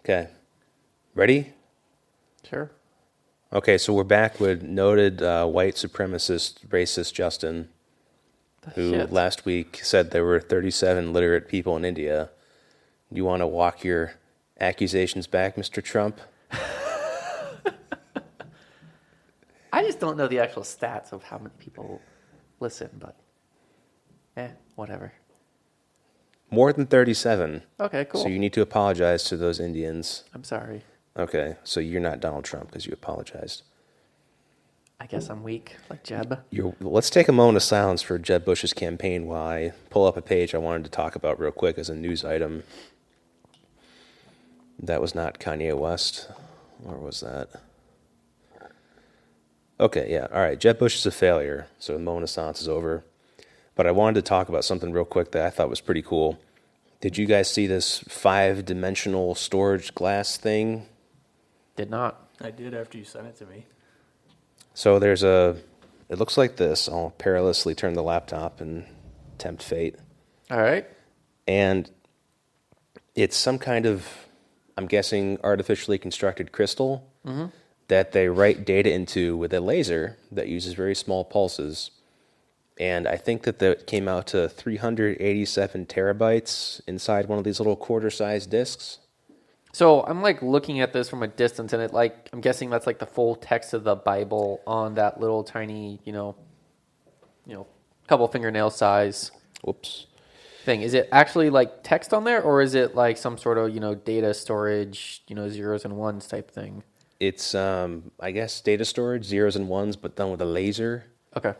Okay. Ready? Sure. Okay, so we're back with noted uh, white supremacist racist Justin, who Shit. last week said there were 37 literate people in India. You want to walk your accusations back, Mr. Trump? I just don't know the actual stats of how many people listen, but eh, whatever. More than 37. Okay, cool. So you need to apologize to those Indians. I'm sorry. Okay, so you're not Donald Trump because you apologized. I guess I'm weak, like Jeb. You're, let's take a moment of silence for Jeb Bush's campaign while I pull up a page I wanted to talk about real quick as a news item. That was not Kanye West. Or was that? Okay, yeah. All right. Jeb Bush is a failure. So the moment of silence is over. But I wanted to talk about something real quick that I thought was pretty cool. Did you guys see this five dimensional storage glass thing? Did not. I did after you sent it to me. So there's a. It looks like this. I'll perilously turn the laptop and tempt fate. All right. and it's some kind of i'm guessing artificially constructed crystal that they write data into with a laser that uses very small pulses and i think that that came out to 387 terabytes inside one of these little quarter-sized discs So I'm like looking at this from a distance, and it like I'm guessing that's like the full text of the Bible on that little tiny, you know, you know, couple fingernail size whoops thing. Is it actually like text on there, or is it like some sort of you know data storage, you know, zeros and ones type thing? it's um, i guess data storage zeros and ones but done with a laser Okay.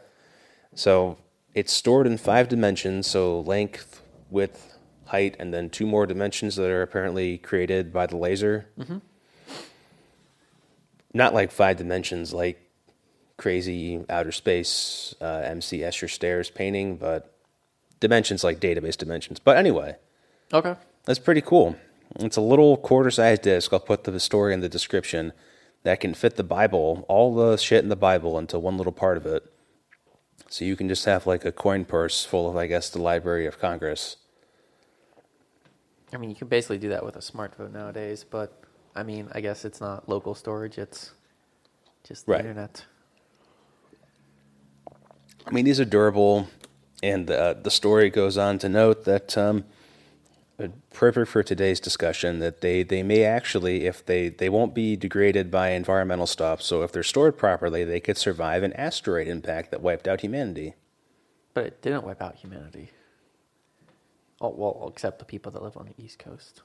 So it's stored in five dimensions, so length, width, height, and then two more dimensions that are apparently created by the laser. Not like five dimensions, like crazy outer space uh, M.C. Escher stairs painting, but dimensions like database dimensions. But anyway, Okay. that's pretty cool. It's a little quarter sized disc. I'll put the story in the description that can fit the Bible, all the shit in the Bible, into one little part of it. So you can just have like a coin purse full of, I guess, the Library of Congress. I mean, you can basically do that with a smartphone nowadays, but I mean, I guess it's not local storage; it's just the Right. internet. I mean, these are durable, and uh, the story goes on to note that um, uh, perfect for today's discussion that they, they may actually, if they, they won't be degraded by environmental stuff, so if they're stored properly, they could survive an asteroid impact that wiped out humanity. But it didn't wipe out humanity. Oh well, except the people that live on the East Coast.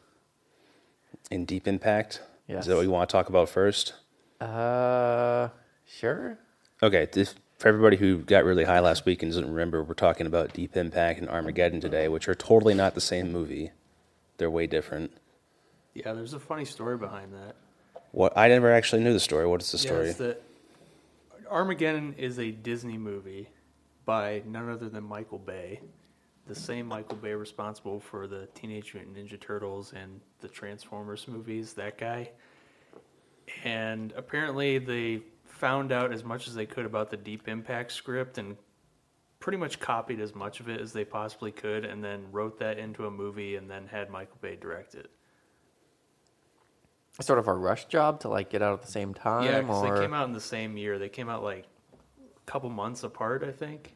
In Deep Impact? Is Yes. that what you want to talk about first? Uh, sure. Okay, this, for everybody who got really high last week and doesn't remember, we're talking about Deep Impact and Armageddon today, which are totally not the same movie. They're way different. Yeah, there's a funny story behind that. What I never actually knew the story. What is the Yeah, story? it's that Armageddon is a Disney movie by none other than Michael Bay, the same Michael Bay responsible for the Teenage Mutant Ninja Turtles and the Transformers movies, that guy. And apparently they found out as much as they could about the Deep Impact script and pretty much copied as much of it as they possibly could and then wrote that into a movie and then had Michael Bay direct it. Sort of a rush job to like get out at the same time, Yeah, because or they came out in the same year. They came out like a couple months apart, I think.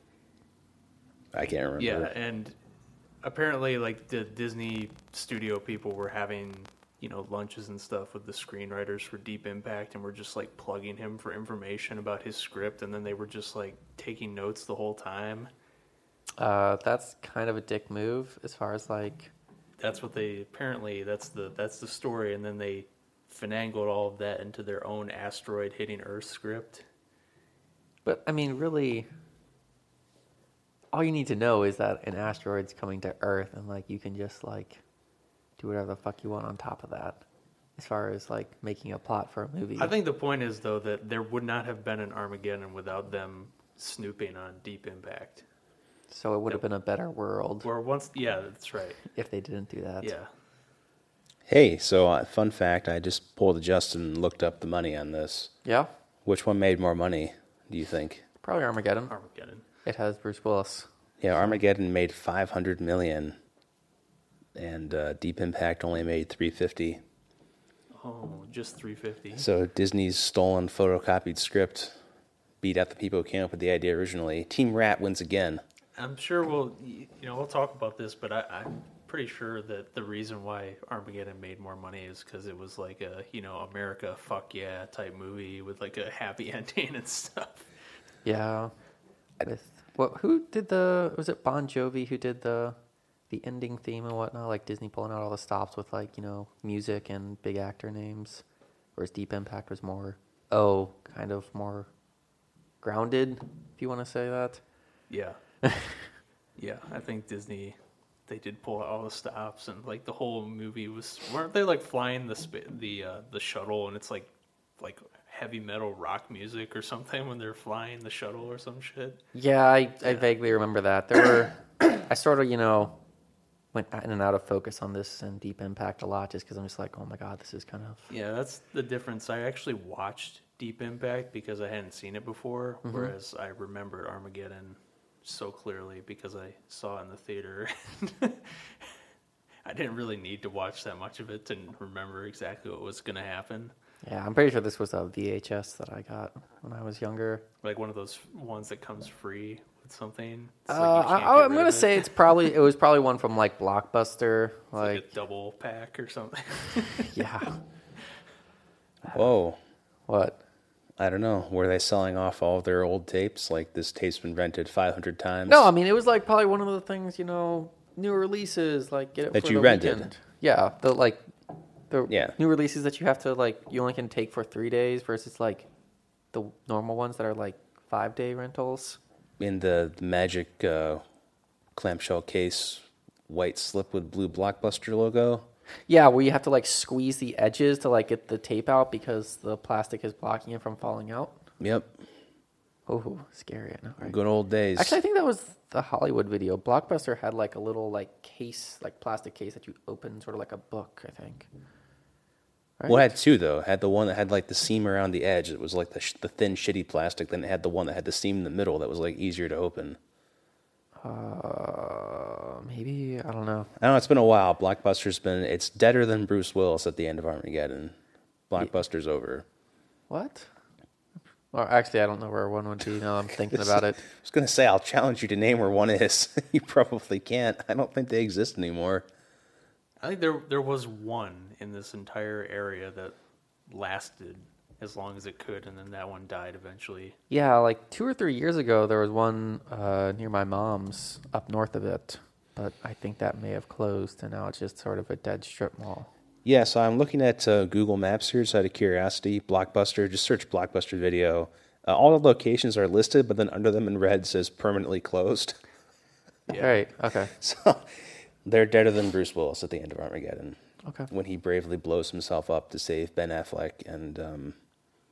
I can't remember. Yeah, and apparently, like the Disney studio people were having you know lunches and stuff with the screenwriters for Deep Impact, and were just like plugging him for information about his script, and then they were just like taking notes the whole time. uh, that's kind of a dick move as far as like. That's what they apparently that's the that's the story, and then they finangled all of that into their own asteroid hitting Earth script. But I mean, really, all you need to know is that an asteroid's coming to Earth, and like you can just like do whatever the fuck you want on top of that. As far as like making a plot for a movie, I think the point is though that there would not have been an Armageddon without them snooping on Deep Impact. so it would have been a better world Where once, yeah, that's right. if they didn't do that. Yeah, Hey, so uh, fun fact: I just pulled a Justin and looked up the money on this. yeah, Which one made more money? Do you think? probably Armageddon. Armageddon. It has Bruce Willis. Yeah, Armageddon made five hundred million, and uh, Deep Impact only made three fifty. Oh, just 350. So Disney's stolen photocopied script beat out the people who came up with the idea originally. Team Rat wins again. I'm sure we'll, you know, we'll talk about this, but I, I'm pretty sure that the reason why Armageddon made more money is because it was like a, you know, America fuck yeah type movie with like a happy ending and stuff. Yeah. With what? Who did the? Was it Bon Jovi who did the, the ending theme and whatnot? Like Disney pulling out all the stops with like you know music and big actor names, whereas Deep Impact was more oh kind of more grounded, if you want to say that. Yeah. yeah, I think Disney, they did pull out all the stops and like the whole movie was, weren't they like flying the sp- the uh, the shuttle and it's like like heavy metal rock music or something when they're flying the shuttle or some shit? Yeah, I, I vaguely remember that. There were, I sort of, you know, went in and out of focus on this and Deep Impact a lot just because I'm just like, oh my God, this is kind of. Yeah, that's the difference. I actually watched Deep Impact because I hadn't seen it before, Mm-hmm. whereas I remembered Armageddon so clearly because I saw it in the theater. I didn't really need to watch that much of it to remember exactly what was going to happen. Yeah, I'm pretty sure this was a VHS that I got when I was younger. Like one of those ones that comes free with something. It's like you Uh, can't I, get I'm rid gonna of it. say it's probably it was probably one from like Blockbuster, It's like, like, a double pack or something. yeah. Whoa. What? I don't know. Were they selling off all their old tapes? Like this tape's been rented 500 times? No, I mean it was like probably one of the things you know, new releases like get it That for you the rented. weekend. Yeah, the like the Yeah. new releases that you have to like you only can take for three days versus like the normal ones that are like five day rentals. In the magic uh, clamshell case, white slip with blue blockbuster logo. Yeah, where you have to like squeeze the edges to like get the tape out because the plastic is blocking it from falling out. Yep. Oh, scary! I know. Right? Good old days. Actually, I think that was the Hollywood video. Blockbuster had like a little like case, like plastic case that you open, sort of like a book. I think. Well, it had two though. It had the one that had like the seam around the edge. It was like the, sh- the thin, shitty plastic. Then it had the one that had the seam in the middle that was like easier to open. Uh, maybe I don't know. I don't know. It's been a while. Blockbuster's been. It's deader than Bruce Willis at the end of Armageddon. Blockbuster's over. What? Or actually, I don't know where one would be. Now I'm thinking about it. I was gonna say I'll challenge you to name where one is. you probably can't. I don't think they exist anymore. I think there there was one in this entire area that lasted as long as it could, and then that one died eventually. Yeah, like two or three years ago, there was one uh, near my mom's up north of it, but I think that may have closed, and now it's just sort of a dead strip mall. Yeah, so I'm looking at uh, Google Maps here, so out of curiosity, Blockbuster. Just search Blockbuster video. Uh, all the locations are listed, but then under them in red says permanently closed. All right. Okay. So they're deader than Bruce Willis at the end of Armageddon Okay. when he bravely blows himself up to save Ben Affleck and um,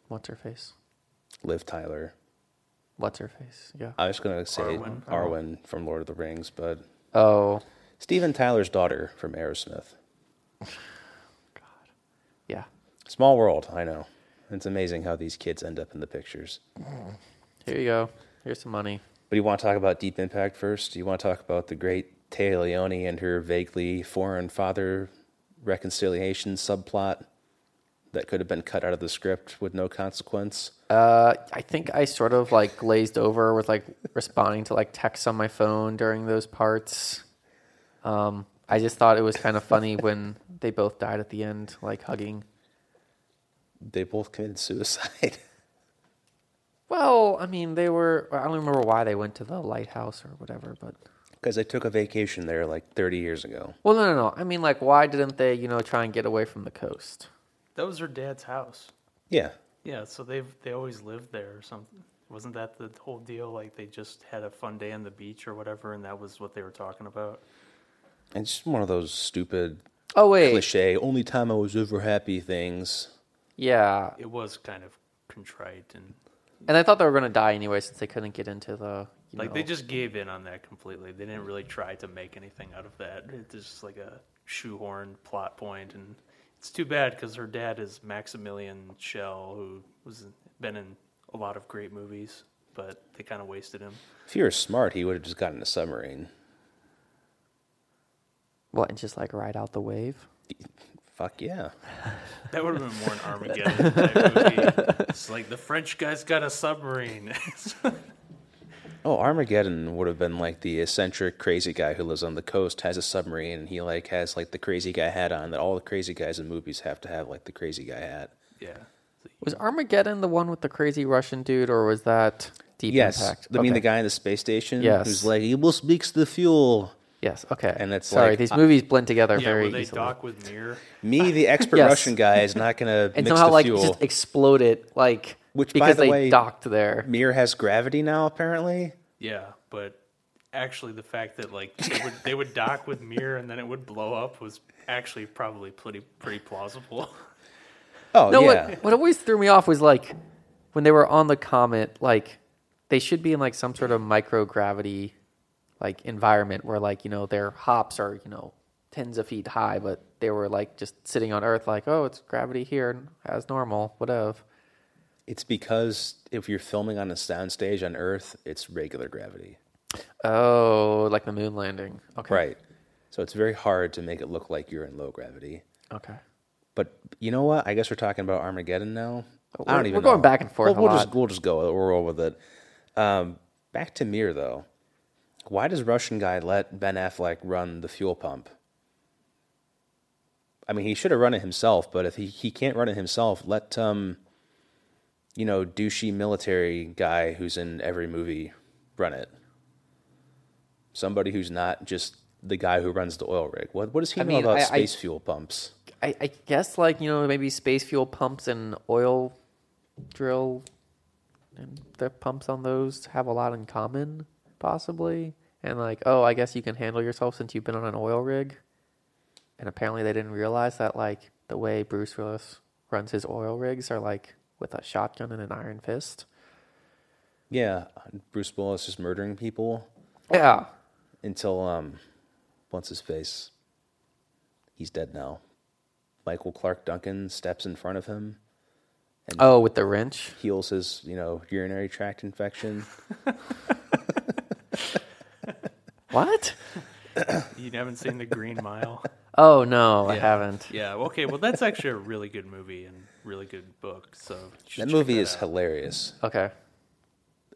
What's her face? Liv Tyler. What's her face? Yeah. I was going to say Arwen. Arwen. from Lord of the Rings, but Oh. Steven Tyler's daughter from Aerosmith. Yeah. Small world, I know. It's amazing how these kids end up in the pictures. Here you go. Here's some money. But you want to talk about Deep Impact first? Do you want to talk about the great Taya Leone and her vaguely foreign father reconciliation subplot that could have been cut out of the script with no consequence? Uh, I think I sort of like glazed over with like responding to like texts on my phone during those parts. Um, I just thought it was kind of funny when they both died at the end, like hugging. they both committed suicide. Well, I mean, they were. I don't remember why they went to the lighthouse or whatever, but Because they took a vacation there like 30 years ago. well, no, no, no. I mean, like, why didn't they, you know, try and get away from the coast? That was her dad's house. Yeah. Yeah, so they've they always lived there or something. Wasn't that the whole deal? Like they just had a fun day on the beach or whatever, and that was what they were talking about. It's just one of those stupid Oh wait, cliche, only time I was ever happy things. yeah. It was kind of contrite and And I thought they were going to die anyway, since they couldn't get into the. You like know, they just gave in on that completely. They didn't really try to make anything out of that. It's just like a shoehorned plot point, and it's too bad because her dad is Maximilian Schell, who was been in a lot of great movies, but they kind of wasted him. If he were smart, he would have just gotten a submarine. what and just like ride out the wave. Fuck yeah. That would have been more an Armageddon type movie. It's like the French guy's got a submarine. Oh, Armageddon would have been like the eccentric crazy guy who lives on the coast, has a submarine, and he like has like the crazy guy hat on that all the crazy guys in movies have to have like the crazy guy hat. yeah. Was Armageddon the one with the crazy Russian dude, or was that Deep yes, Impact? I mean the Okay. guy in the space station Yes. who's like he will speaks the fuel. Yes. Okay. And it's sorry. like- uh, these movies blend together Yeah, very where they easily. dock with Mir. Me, the expert Yes. Russian guy, is not gonna and mix somehow the like fuel. just explode it like Which, by because the they way- docked there. Mir has gravity now, apparently. Yeah, but actually the fact that like they would, they would dock with Mir and then it would blow up was actually probably pretty pretty plausible. Oh No, yeah, what, what always threw me off was like when they were on the comet, like they should be in like some sort of microgravity like environment where like, you know, their hops are, you know, tens of feet high, but they were like just sitting on Earth like, oh, it's gravity here as normal, what of? it's because if you're filming on a soundstage on Earth, it's regular gravity, Oh, like the moon landing. Okay. right? So it's very hard to make it look like you're in low gravity. Okay. But you know what? I guess we're talking about Armageddon now. But I don't we're- even. we're going know. back and forth We'll, a we'll just lot. we'll just go. We'll roll with it. Um, back to Mir though. Why does Russian guy let Ben Affleck run the fuel pump? I mean, he should have run it himself. But if he, he can't run it himself, let um, you know, douchey military guy who's in every movie run it. Somebody who's not just the guy who runs the oil rig. What what does he I know mean, about I- I- space fuel pumps? I, I guess like you know maybe space fuel pumps and oil drill and the pumps on those have a lot in common possibly and like oh i guess you can handle yourself since you've been on an oil rig and apparently they didn't realize that like the way bruce willis runs his oil rigs are like with a shotgun and an iron fist Yeah, uh, Bruce Willis is murdering people yeah until um, once his face, he's dead now. Michael Clark Duncan steps in front of him, oh with the wrench heals his you know urinary tract infection. what You haven't seen the Green Mile? oh no i Yeah. haven't Yeah. Okay. Well, that's actually a really good movie and really good book. So you should that check movie that is out. hilarious, okay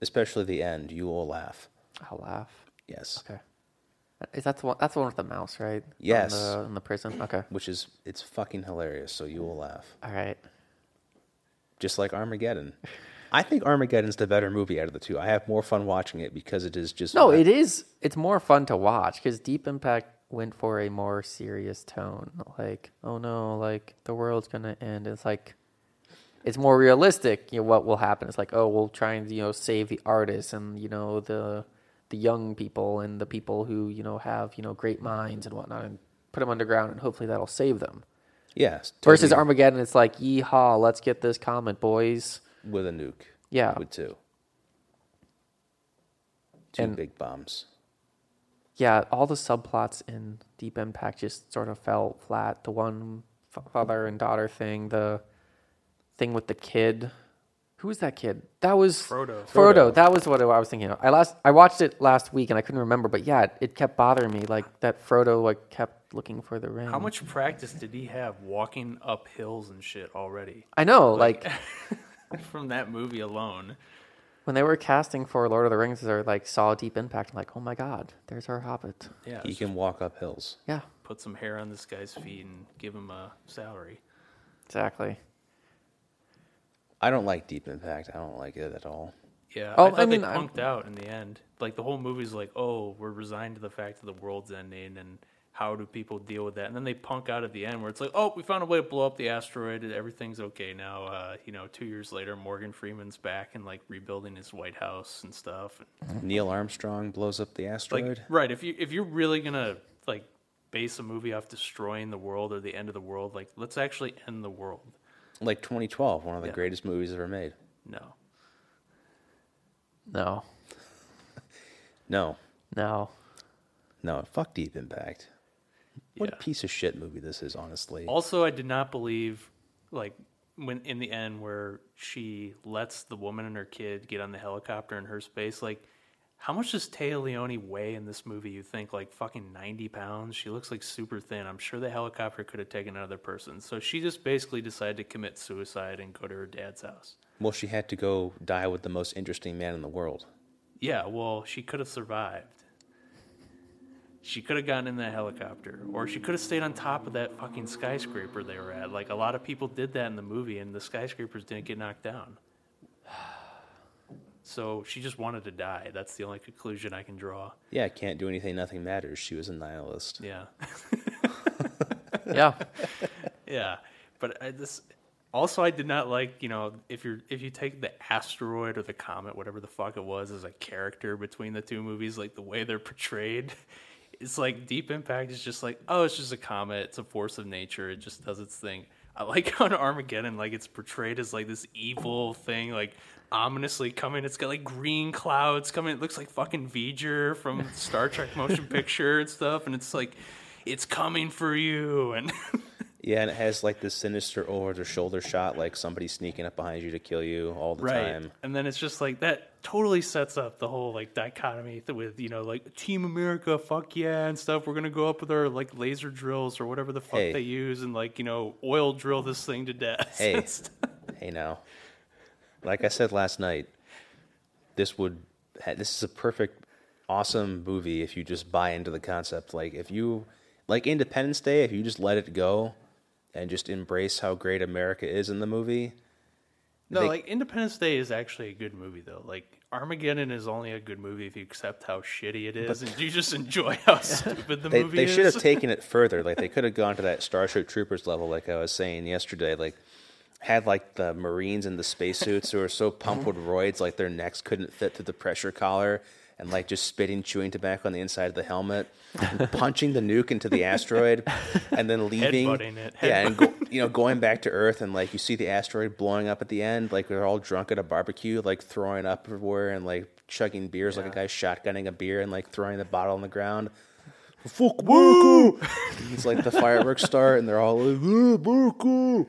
especially the end. You will laugh. i'll laugh Yes, Okay. Is that the one? That's the one with the mouse, right? On Yes. the- in the prison. Okay. which is it's fucking hilarious. So you will laugh, All right. just like Armageddon. I think Armageddon's the better movie out of the two. I have more fun watching it because it is just No, it is. It's more fun to watch because Deep Impact went for a more serious tone. Like, oh no, like the world's gonna end. It's like, it's more realistic. You know what will happen? It's like, oh, we'll try and you know save the artists and you know the the young people and the people who you know have you know great minds and whatnot and put them underground and hopefully that'll save them. yes Versus totally Armageddon, it's like, yeehaw, let's get this comet, boys. with a nuke. Yeah. with two. Two And- big bombs. yeah, all the subplots in Deep Impact just sort of fell flat. The one fa- father and daughter thing, the thing with the kid. Who was that kid? That was Frodo. Frodo. Frodo. That was what I was thinking. Of. I last I watched it last week and I couldn't remember, but yeah, it, it kept bothering me. Like that Frodo like kept looking for the ring. How much practice did he have walking up hills and shit already I know, like from that movie alone? when they were casting for Lord of the Rings, they like saw Deep Impact. I'm like, oh my god, there's our Hobbit. Yeah. He just can walk up hills. Yeah, put some hair on this guy's feet and give him a salary. exactly. I don't like Deep Impact. I don't like it at all. Yeah, Oh, I I thought mean, they I'm- punked out in the end. Like the whole movie's like, oh, we're resigned to the fact that the world's ending, and how do people deal with that? And then they punk out at the end, where it's like, oh, we found a way to blow up the asteroid, and everything's okay now. Uh, you know, two years later, Morgan Freeman's back and like rebuilding his White House and stuff. Neil Armstrong blows up the Mm-hmm. like, asteroid. right? If you if you're really gonna like base a movie off destroying the world or the end of the world, like let's actually end the world. Like 2012, one of the Yeah. greatest movies ever made. No, No, No, no. no, fuck Deep Impact. What Yeah. a piece of shit movie this is, honestly. Also, I did not believe, like, when in the end where she lets the woman and her kid get on the helicopter in her space, like, How much does Taya Leone weigh in this movie? You think like fucking ninety pounds? She looks like super thin. I'm sure the helicopter could have taken another person. So she just basically decided to commit suicide and go to her dad's house. Well, she had to go die with the most interesting man in the world. Yeah, well, she could have survived. She could have gotten in that helicopter, or she could have stayed on top of that fucking skyscraper they were at. Like a lot of people did that in the movie, and the skyscrapers didn't get knocked down. So she just wanted to die. That's the only conclusion I can draw. Yeah, can't do anything, nothing matters. She was a nihilist. Yeah, Yeah. yeah. But I, this also, I did not like. You know, if you're if you take the asteroid or the comet, whatever the fuck it was, as a character between the two movies, like the way they're portrayed, it's like Deep Impact is just like, oh, it's just a comet. It's a force of nature. It just does its thing. I like how in Armageddon, like it's portrayed as like this evil thing, like ominously coming. It's got like green clouds coming. It looks like fucking V'ger from Star Trek motion picture and stuff. And it's like, it's coming for you. And Yeah, and it has like this sinister over the shoulder shot, like somebody sneaking up behind you to kill you all the time. And then it's just like that totally sets up the whole like dichotomy th- with you know like Team America, fuck yeah, and stuff. We're gonna go up with our like laser drills or whatever the fuck Hey. they use, and like you know oil drill this thing to death. Hey, hey now. Like I said last night, this would ha- this is a perfect, awesome movie if you just buy into the concept. Like if you like Independence Day, if you just let it go and just embrace how great America is in the movie. no, they- like Independence Day is actually a good movie though. Like Armageddon is only a good movie if you accept how shitty it is and you just enjoy how stupid the They, movie they is. should have taken it further. Like they could have gone to that Starship Troopers level, like I was saying yesterday. Like had like the Marines in the spacesuits who were so pumped with roids, like their necks couldn't fit through the pressure collar, and like just spitting chewing tobacco on the inside of the helmet, and punching the nuke into the asteroid, and then leaving. Headbutting it. Yeah, and go, you know going back to Earth, and like you see the asteroid blowing up at the end. Like they're all drunk at a barbecue, like throwing up everywhere, and like chugging beers, like a guy shotgunning a beer and like throwing the bottle on the ground. Fuck America! it's like the fireworks start, and they're all like, "Yeah, America!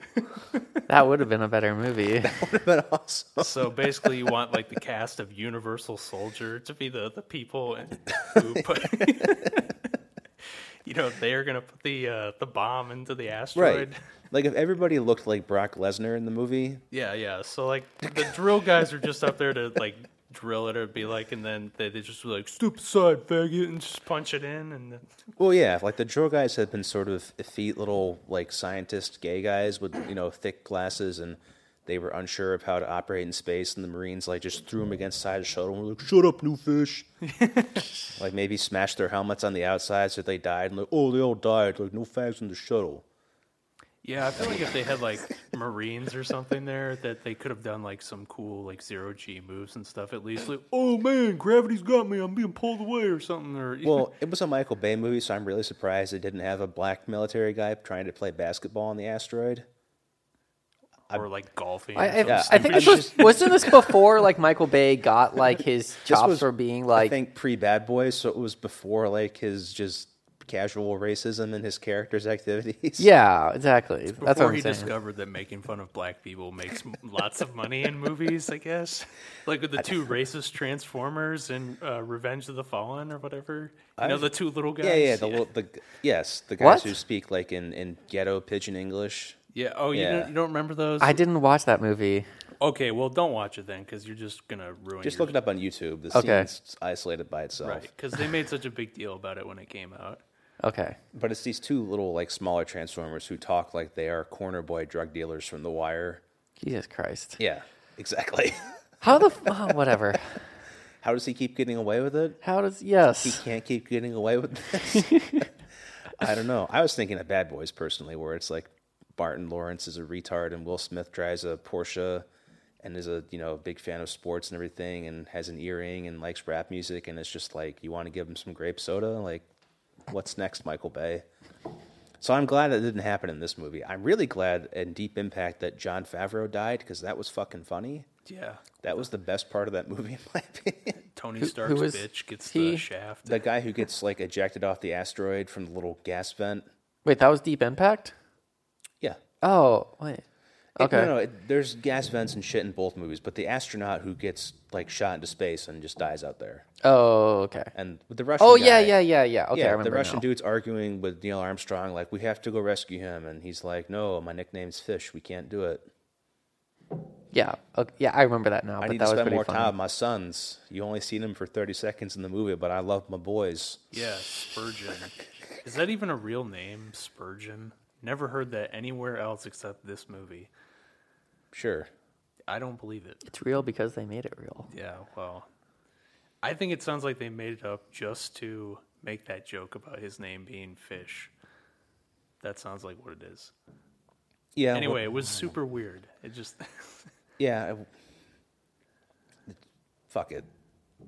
That would have been a better movie. But also, So basically, you want like the cast of Universal Soldier to be the the people and who put, you know, they are gonna put the uh, the bomb into the asteroid. right? Like if everybody looked like Brock Lesnar in the movie, Yeah, yeah. So like the drill guys are just up there to like drill it or be like, and then they, they just were like stupid side faggot and just punch it in and then- well, yeah, like the drill guys have been sort of effete little like scientist gay guys with you know thick glasses, and they were unsure of how to operate in space, and the Marines like just threw them against the side of the shuttle and were like, "Shut up, new fish!" like maybe smashed their helmets on the outside so they died, and like, "Oh, they all died!" Like no fags in the shuttle. Yeah, I feel like if they had like Marines or something there, that they could have done like some cool like zero G moves and stuff at least. Like, oh man, gravity's got me. I'm being pulled away or something. Or Well, it was a Michael Bay movie, so I'm really surprised it didn't have a black military guy trying to play basketball on the asteroid. or like golfing. I, I, or something. Yeah, I think I'm this was wasn't this before like Michael Bay got like his This chops was, for being I like think pre Bad Boys, so it was before like his just casual racism and his character's activities. yeah exactly that's Before what I'm he saying discovered that making fun of black people makes m- lots of money in movies, I guess. Like with the two racist Transformers and uh, Revenge of the Fallen or whatever. You know, the two little guys? yeah, yeah. The, little the yes, the guys What? who speak like in, in ghetto pigeon English. Yeah, Oh, you, Yeah. Don't, you don't remember those? I didn't watch that movie okay, well, don't watch it then because you're just going to ruin Just your look it up on YouTube. The Okay. scene's isolated by itself, Right, because they made such a big deal about it when it came out. okay but it's these two little like smaller transformers who talk like they are corner boy drug dealers from The Wire. Jesus Christ Yeah, exactly. how the f- oh, whatever How does he keep getting away with it? how does he yes can't keep getting away with this. I don't know. I was thinking of Bad Boys personally, where it's like Barton Lawrence is a retard and Will Smith drives a Porsche and is a you know big fan of sports and everything and has an earring and likes rap music and it's just like you want to give him some grape soda like what's next Michael Bay so I'm glad that didn't happen in this movie I'm really glad in Deep Impact that John Favreau died because that was fucking funny Yeah. that was the best part of that movie in my opinion Tony who Stark's was bitch gets he? the shaft. the guy who gets like ejected off the asteroid from the little gas vent. wait that was Deep Impact Yeah. oh wait Okay. No, no, it, there's gas vents and shit in both movies, but the astronaut who gets like shot into space and just dies out there, Oh, okay. and with the Russian. Oh, yeah, guy- yeah, yeah, yeah. Okay, I yeah, remember the Russian now. dude's arguing with Neil Armstrong, like, we have to go rescue him. And he's like, no, my nickname's Fish. We can't do it. Yeah, okay, yeah, I remember that now. I but need that to was spend pretty more funny. time with my sons. You only seen them for 30 seconds in the movie, but I love my boys. Yeah, Spurgeon. Is that even a real name, Spurgeon? Never heard that anywhere else except this movie. Sure. I don't believe it. It's real because they made it real. Yeah, well, I think it sounds like they made it up just to make that joke about his name being Fish. That sounds like what it is. Yeah. well- Anyway, it was super weird. It just Yeah. I- fuck it.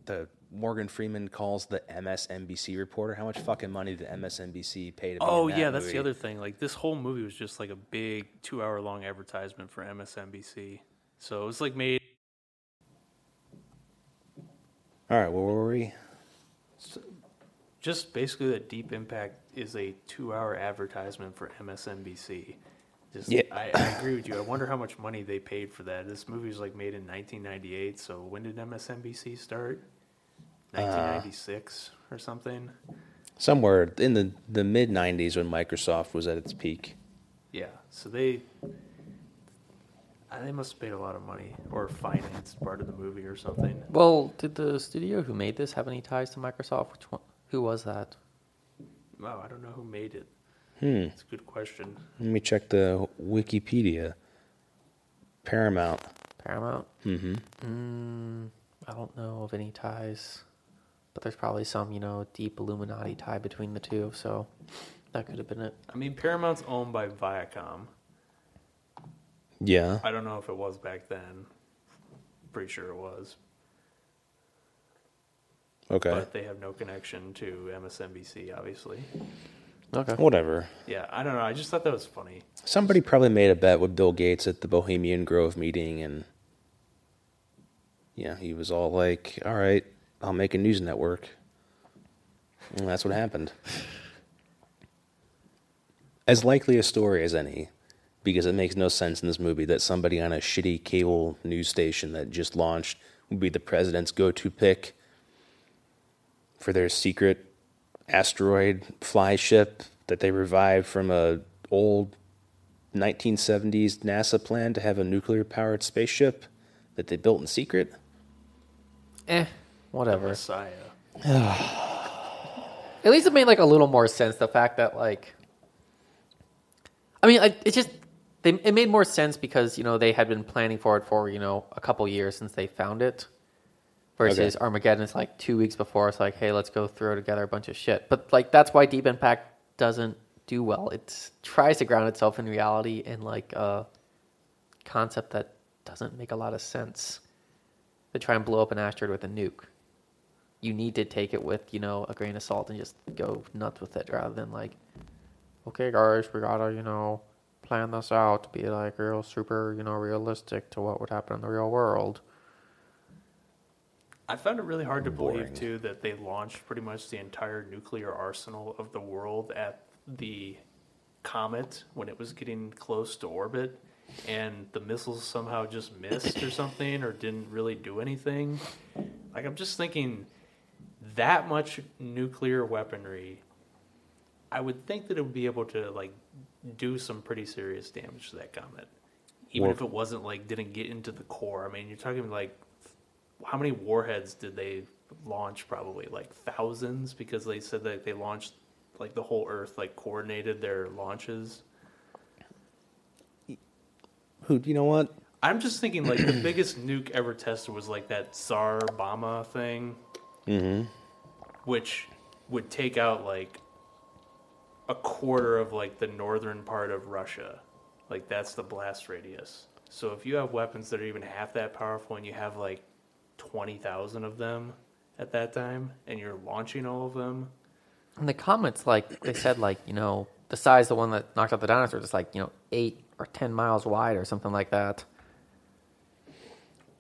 The Morgan Freeman calls the MSNBC reporter. How much fucking money did MSNBC pay to be in Oh that yeah, that's movie? the other thing. Like this whole movie was just like a big 2-hour long advertisement for MSNBC. So it was like made All right, where were we? just basically that Deep Impact is a two-hour advertisement for MSNBC. Just, Yeah. I, I agree with you. I wonder how much money they paid for that. This movie was like made in 1998. So when did MSNBC start? 1996 or something. Somewhere in the, the mid 90s when Microsoft was at its peak. Yeah. So they uh, they must have paid a lot of money or financed part of the movie or something. Well, did the studio who made this have any ties to Microsoft? Which one? Who was that? Wow, I don't know who made it. Hmm. It's a good question. Let me check the Wikipedia. Paramount. Paramount. Mm-hmm. Mm, I don't know of any ties, but there's probably some, you know, deep Illuminati tie between the two. So that could have been it. I mean, Paramount's owned by Viacom. Yeah. I don't know if it was back then. Pretty sure it was, Okay. but they have no connection to MSNBC, obviously. Okay. Whatever. Yeah, I don't know. I just thought that was funny. Somebody probably made a bet with Bill Gates at the Bohemian Grove meeting, and yeah, he was all like, "All right, I'll make a news network," and that's what happened. As likely a story as any, because it makes no sense in this movie that somebody on a shitty cable news station that just launched would be the president's go-to pick for their secret asteroid fly ship that they revived from a old 1970s NASA plan to have a nuclear powered spaceship that they built in secret. Eh, whatever. Messiah. At least it made like a little more sense. The fact that like, I mean, like, it just they, it made more sense because you know they had been planning for it for you know a couple years since they found it. Versus Armageddon is like two weeks before. It's like, hey, let's go throw together a bunch of shit. But like that's why Deep Impact doesn't do well. It tries to ground itself in reality and like a concept that doesn't make a lot of sense. They try and blow up an asteroid with a nuke you need to take it with you know a grain of salt and just go nuts with it rather than like okay guys we gotta you know plan this out to be like real super you know realistic to what would happen in the real world I found it really hard to Boring. believe too that they launched pretty much the entire nuclear arsenal of the world at the comet when it was getting close to orbit and the missiles somehow just missed or something or didn't really do anything. Like I'm just thinking that much nuclear weaponry I would think that it would be able to like do some pretty serious damage to that comet. Even Well- if it wasn't like didn't get into the core. I mean, you're talking like how many warheads did they launch probably like thousands because they said that they launched like the whole earth like coordinated their launches Who, you know what? i'm just thinking like the biggest nuke ever tested was like that tsar bomba thing which would take out like a quarter of like the northern part of russia like that's the blast radius so if you have weapons that are even half that powerful and you have like 20000 of them at that time and you're launching all of them in the comments like they said like you know the size of the one that knocked out the dinosaurs is like you know eight or ten miles wide or something like that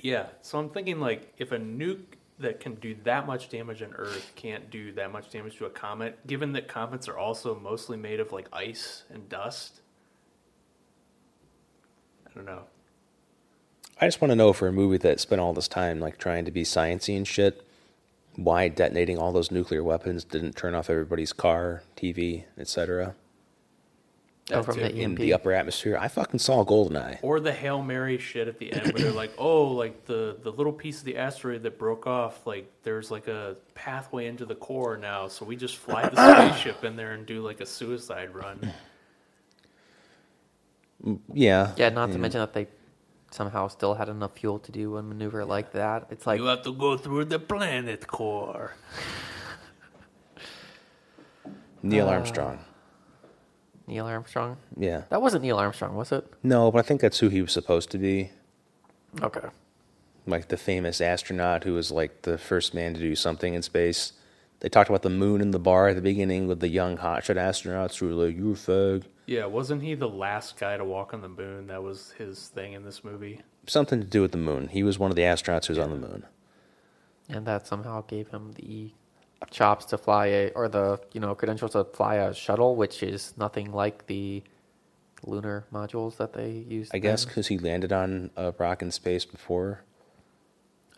Yeah, so I'm thinking like if a nuke that can do that much damage on Earth can't do that much damage to a comet, given that comets are also mostly made of like ice and dust. I don't know. I just want to know for a movie that spent all this time like trying to be sciency and shit, why detonating all those nuclear weapons didn't turn off everybody's car, TV, etc. Oh, from That's the it. in EMP. the upper atmosphere. I fucking saw Goldeneye. Or the Hail Mary shit at the end where they're like, oh, like the, the little piece of the asteroid that broke off, like there's like a pathway into the core now, so we just fly the spaceship in there and do like a suicide run. Yeah. Yeah, not to And- mention that they somehow still had enough fuel to do a maneuver like that. It's like you uh, have to go through the planet core. Neil Armstrong. Neil Armstrong. Yeah. That wasn't Neil Armstrong, was it? No, but I think that's who he was supposed to be. Okay. Like the famous astronaut who was like the first man to do something in space. They talked about the moon in the bar at the beginning with the young hotshot astronauts who were like, "You're a fag." Yeah, wasn't he the last guy to walk on the moon? That was his thing in this movie. Something to do with the moon. He was one of the astronauts who was on the moon. And that somehow gave him the chops to fly a, or the you know credentials to fly a shuttle, which is nothing like the lunar modules that they used. I guess then. because he landed on a rock in space before.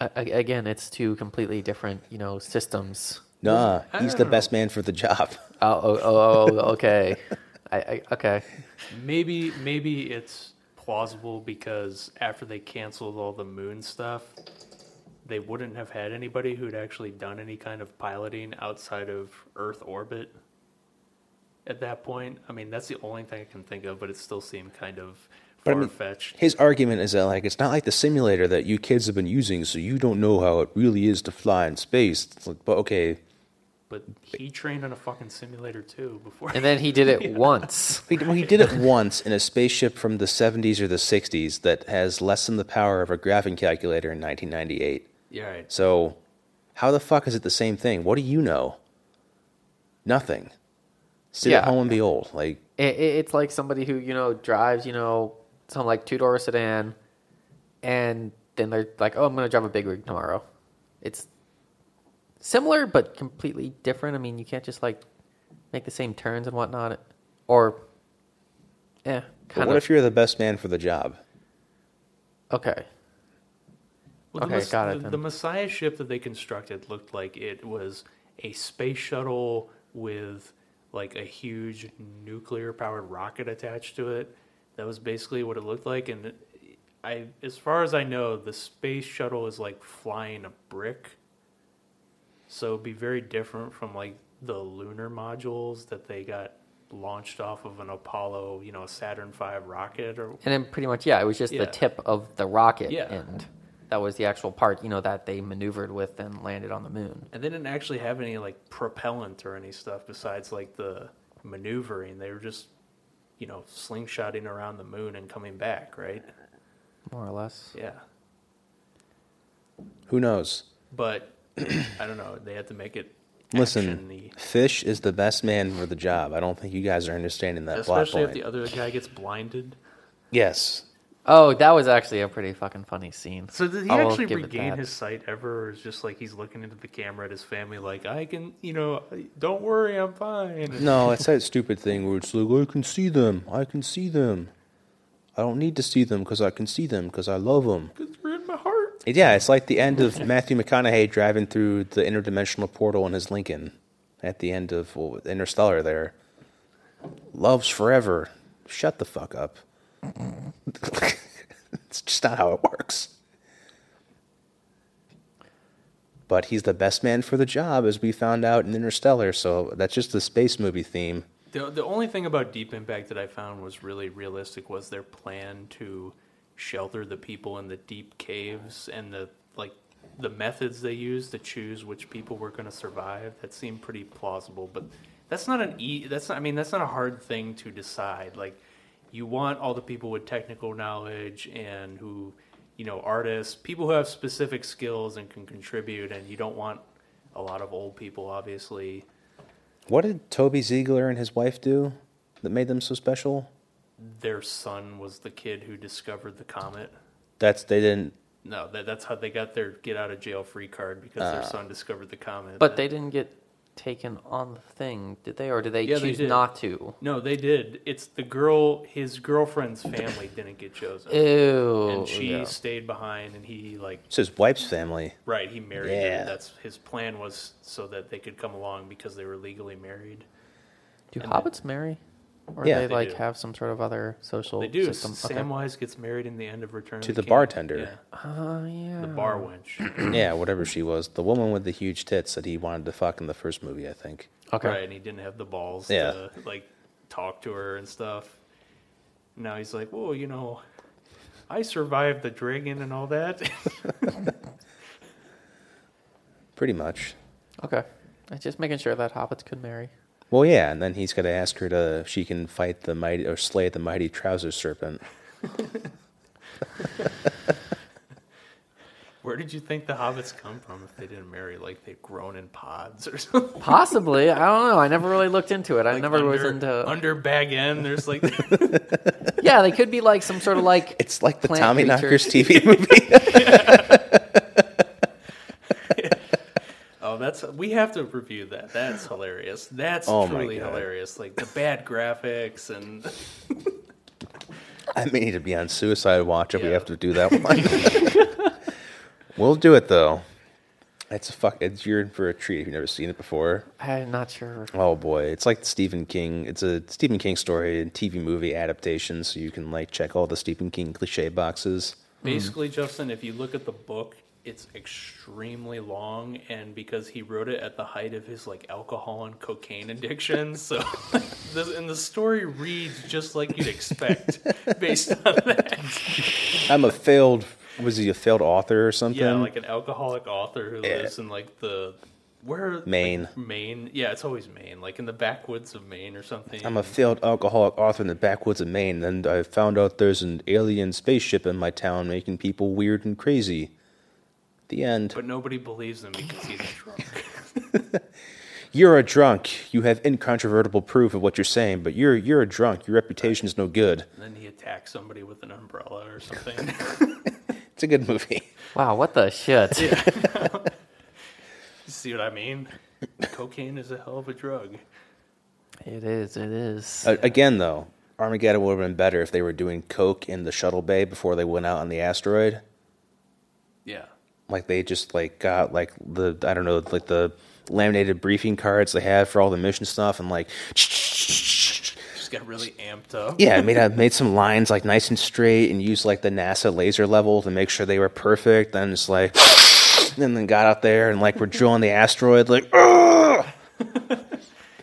A- a- again, it's two completely different you know systems. Nah, I he's don't the know. best man for the job. Oh, oh, oh, oh, okay. I, I, okay. Maybe maybe it's plausible because after they canceled all the moon stuff, they wouldn't have had anybody who'd actually done any kind of piloting outside of Earth orbit. At that point, I mean that's the only thing I can think of, but it still seemed kind of But I mean- far fetched. His argument is that like it's not like the simulator that you kids have been using, so you don't know how it really is to fly in space. It's like, but okay, but he trained on a fucking simulator too before. And then he did it once. He, well, he did it once in a spaceship from the 70s or the 60s that has less than the power of a graphing calculator in 1998. yeah, right. So, how the fuck is it the same thing? What do you know? Nothing. Sit at Yeah. home and be old. Like, It, it, it's like somebody who you know drives, you know, some like two door sedan, and then they're like, "Oh, I'm going to drive a big rig tomorrow." It's similar but completely different. I mean, you can't just like make the same turns and whatnot, or yeah, but kind what of if you're the best man for the job? okay. Well, Okay, the, Mes- got it the, then. the Messiah ship that they constructed looked like it was a space shuttle with like a huge nuclear powered rocket attached to it. That was basically what it looked like. And I, as far as I know, the space shuttle is like flying a brick. So it'd be very different from like the lunar modules that they got launched off of an Apollo, you know, Saturn V rocket or And then pretty much yeah, it was just Yeah. the tip of the rocket Yeah. end. That was the actual part, you know, that they maneuvered with and landed on the moon. And they didn't actually have any like propellant or any stuff besides like the maneuvering. They were just, you know, slingshotting around the moon and coming back, right? More or less. Yeah. Who knows? But I don't know. They had to make it Listen, action-y. Fish is the best man for the job. I don't think you guys are understanding that plot especially if point. the other guy gets blinded. yes. Oh, that was actually a pretty fucking funny scene. So did he I will actually give it regain that. his sight ever, or is just like he's looking into the camera at his family, like I can, you know, don't worry, I'm fine. No, it's that stupid thing where it's like, I can see them. I can see them. I don't need to see them because I can see them because I love them. Because you're in my heart. Yeah, it's like the end of Matthew McConaughey driving through the interdimensional portal in his Lincoln at the end of well, Interstellar there. Love's forever. Shut the fuck up. it's just not how it works. But he's the best man for the job, as we found out in Interstellar, so that's just the space movie theme. The the only thing about Deep Impact that I found was really realistic was their plan to shelter the people in the deep caves and the like the methods they used to choose which people were going to survive. That seemed pretty plausible, but that's not an e that's not, I mean that's not a hard thing to decide. Like you want all the people with technical knowledge and who you know artists, people who have specific skills and can contribute and you don't want a lot of old people obviously. What did Toby Ziegler and his wife do that made them so special? their son was the kid who discovered the comet. That's they didn't No, that, that's how they got their get out of jail free card because their son discovered the comet. But they didn't get taken on the thing, did they, or did they Yeah, they choose did. not to? No, they did. It's the girl. His girlfriend's family didn't get chosen, Ew. and she yeah. stayed behind. And he like It's his wife's family. right, he married Yeah. her. That's his plan was so that they could come along because they were legally married. Do and hobbits marry? Or Yeah. they, They like do. have some sort of other social They do. system? Okay. Samwise gets married in the end of Return of To the King. bartender. Yeah, Oh, yeah. the bar wench. yeah, whatever she was. The woman with the huge tits that he wanted to fuck in the first movie, I think. Okay. Right, and he didn't have the balls Yeah. to like talk to her and stuff. Now he's like, well, you know, I survived the dragon and all that. Pretty much. Okay. I'm Just making sure that hobbits could marry. Well, yeah, and then he's got to ask her to if she can fight the mighty or slay the mighty trouser serpent. Where did you think the hobbits come from if they didn't marry? Like they've grown in pods or something. Possibly. I don't know. I never really looked into it. I Like never under, was into. under bag end. There's like yeah, they could be like some sort of like. It's like the Plant Tommy creature. Knockers TV movie. oh that's we have to review that. That's hilarious. That's Oh my truly God. hilarious. Like the bad graphics and I may need to be on suicide watch if we Yeah. have to do that one. we'll do it though. It's a fuck. It's you're in for a treat if you've never seen it before. I'm not sure. Oh boy, it's like Stephen King. It's a Stephen King story and TV movie adaptation, so you can like check all the Stephen King cliche boxes. basically Justin, if you look at the book, it's extremely long and because he wrote it at the height of his like alcohol and cocaine addiction, so the, and the story reads just like you'd expect based on that. I'm a failed. Was he a failed author or something? Yeah, like an alcoholic author who Yeah. lives in like the where like, Maine. Maine. Yeah, it's always Maine, like in the backwoods of Maine or something. I'm a failed alcoholic author in the backwoods of Maine, and I found out there's an alien spaceship in my town making people weird and crazy. The end. but nobody believes him because he's drunk. You're a drunk. You have incontrovertible proof of what you're saying, but you're you're a drunk. Your reputation is no good. and then he attacks somebody with an umbrella or something. It's a good movie. Wow, what the shit? You See what I mean? Cocaine is a hell of a drug. It is. It is. A- Uh, again, though, Armageddon would have been better if they were doing coke in the shuttle bay before they went out on the asteroid. Yeah. Like they just like got like the I don't know like the laminated briefing cards they had for all the mission stuff and like Just got really amped up. yeah made I made some lines like nice and straight and used like the NASA laser level to make sure they were perfect. Then it's like and then got out there and like we're drilling the asteroid like "Ugh!"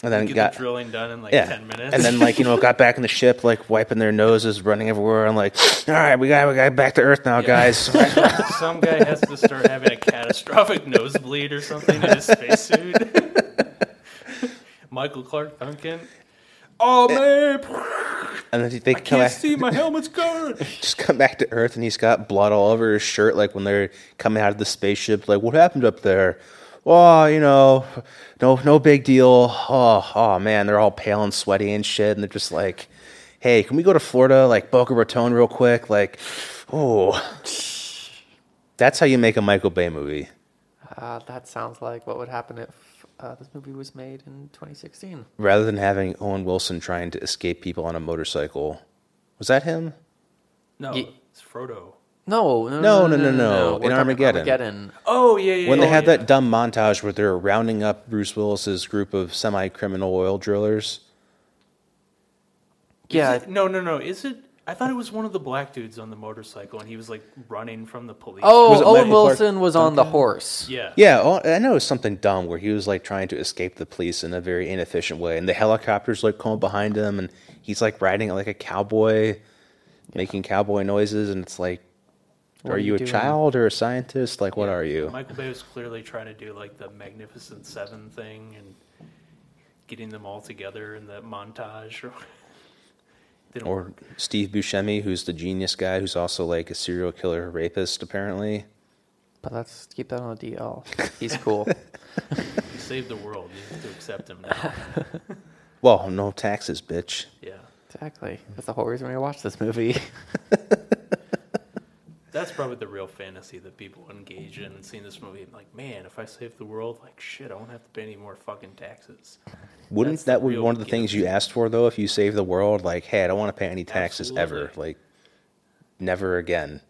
and then Get got the drilling done in like yeah. ten minutes. And then like, you know, got back in the ship, like wiping their noses, running everywhere. I'm like, all right, we got we got back to Earth now, guys. some guy has to start having a catastrophic nosebleed or something in his spacesuit. Michael Clark Duncan. Oh Eh, man, and then they I come can't back, see my helmet's gone. just come back to Earth and he's got blood all over his shirt, like when they're coming out of the spaceship, like, what happened up there? Oh, you know, no no big deal. Oh, oh man, they're all pale and sweaty and shit, and they're just like, Hey, can we go to Florida, like Boca Raton real quick? Like, oh. That's how you make a Michael Bay movie. Uh, that sounds like what would happen if uh, this movie was made in 2016. rather than having Owen Wilson trying to escape people on a motorcycle. Was that him? No, Ye- it's Frodo. No, no, No, no, no, no, no, no. We're In talking Armageddon. Armageddon. Oh yeah, yeah. When they yeah, had yeah. that dumb montage where they're rounding up Bruce Willis's group of semi-criminal oil drillers. Is Yeah, it- no, no, no. Is it? I thought it was one of the black dudes on the motorcycle, and he was like running from the police. Was Oh, it Owen Michael Clark Wilson was on the horse. yeah, Yeah, oh, I know it was something dumb where he was like trying to escape the police in a very inefficient way, and the helicopters like come behind him, and he's like riding like a cowboy, making cowboy noises, and it's like, What are, are you, you a doing? child or a scientist? Like, what are you? Michael Bay was clearly trying to do like the Magnificent Seven thing and getting them all together in that montage. Or didn't or Steve Buscemi, who's the genius guy, who's also like a serial killer rapist, apparently. But let's keep that on the DL. He's cool. He saved the world. You have to accept him now. Well, no taxes, bitch. Yeah, exactly. That's the whole reason we watched this movie. That's probably the real fantasy that people engage in and seeing this movie and like, man, if I save the world, like shit, I won't have to pay any more fucking taxes. Wouldn't That's the that be real one of the gift. things you asked for though? If you save the world, like, hey, I don't want to pay any taxes ever, Absolutely. like, never again,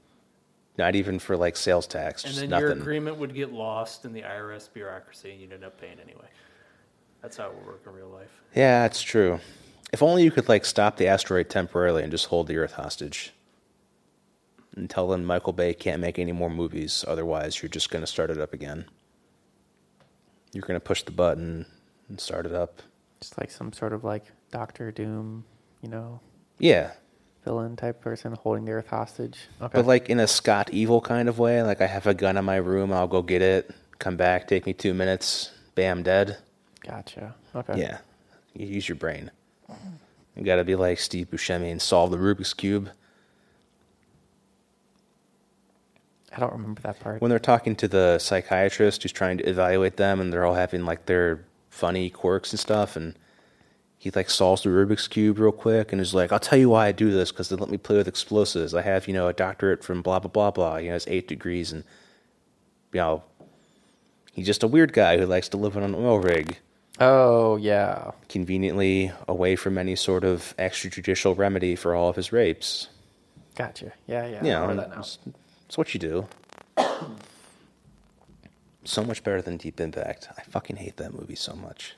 not even for like sales tax, And just then your nothing. agreement would get lost in the IRS bureaucracy and you'd end up paying anyway. That's how it would work in real life. yeah, it's true. If only you could like stop the asteroid temporarily and just hold the Earth hostage, and tell them Michael Bay can't make any more movies. Otherwise, you're just going to start it up again. You're going to push the button and start it up. Just like some sort of like Doctor Doom, you know, Yeah, villain type person holding the Earth hostage. Okay. But like in a Scott Evil kind of way, like I have a gun in my room, I'll go get it, come back, take me two minutes, bam, dead. gotcha. Okay. Yeah, you use your brain. You got to be like Steve Buscemi and solve the Rubik's cube. I don't remember that part. When they're talking to the psychiatrist who's trying to evaluate them, and they're all having like their funny quirks and stuff, and he like solves the Rubik's cube real quick, and is like, "I'll tell you why I do this because they let me play with explosives. I have you know a doctorate from blah blah blah blah. You know, it's eight degrees, and you know, he's just a weird guy who likes to live on an oil rig." Oh yeah. conveniently away from any sort of extrajudicial remedy for all of his rapes. Gotcha. Yeah, yeah. I you know, remember and that now. it's, it's what you do. so much better than Deep Impact. I fucking hate that movie so much.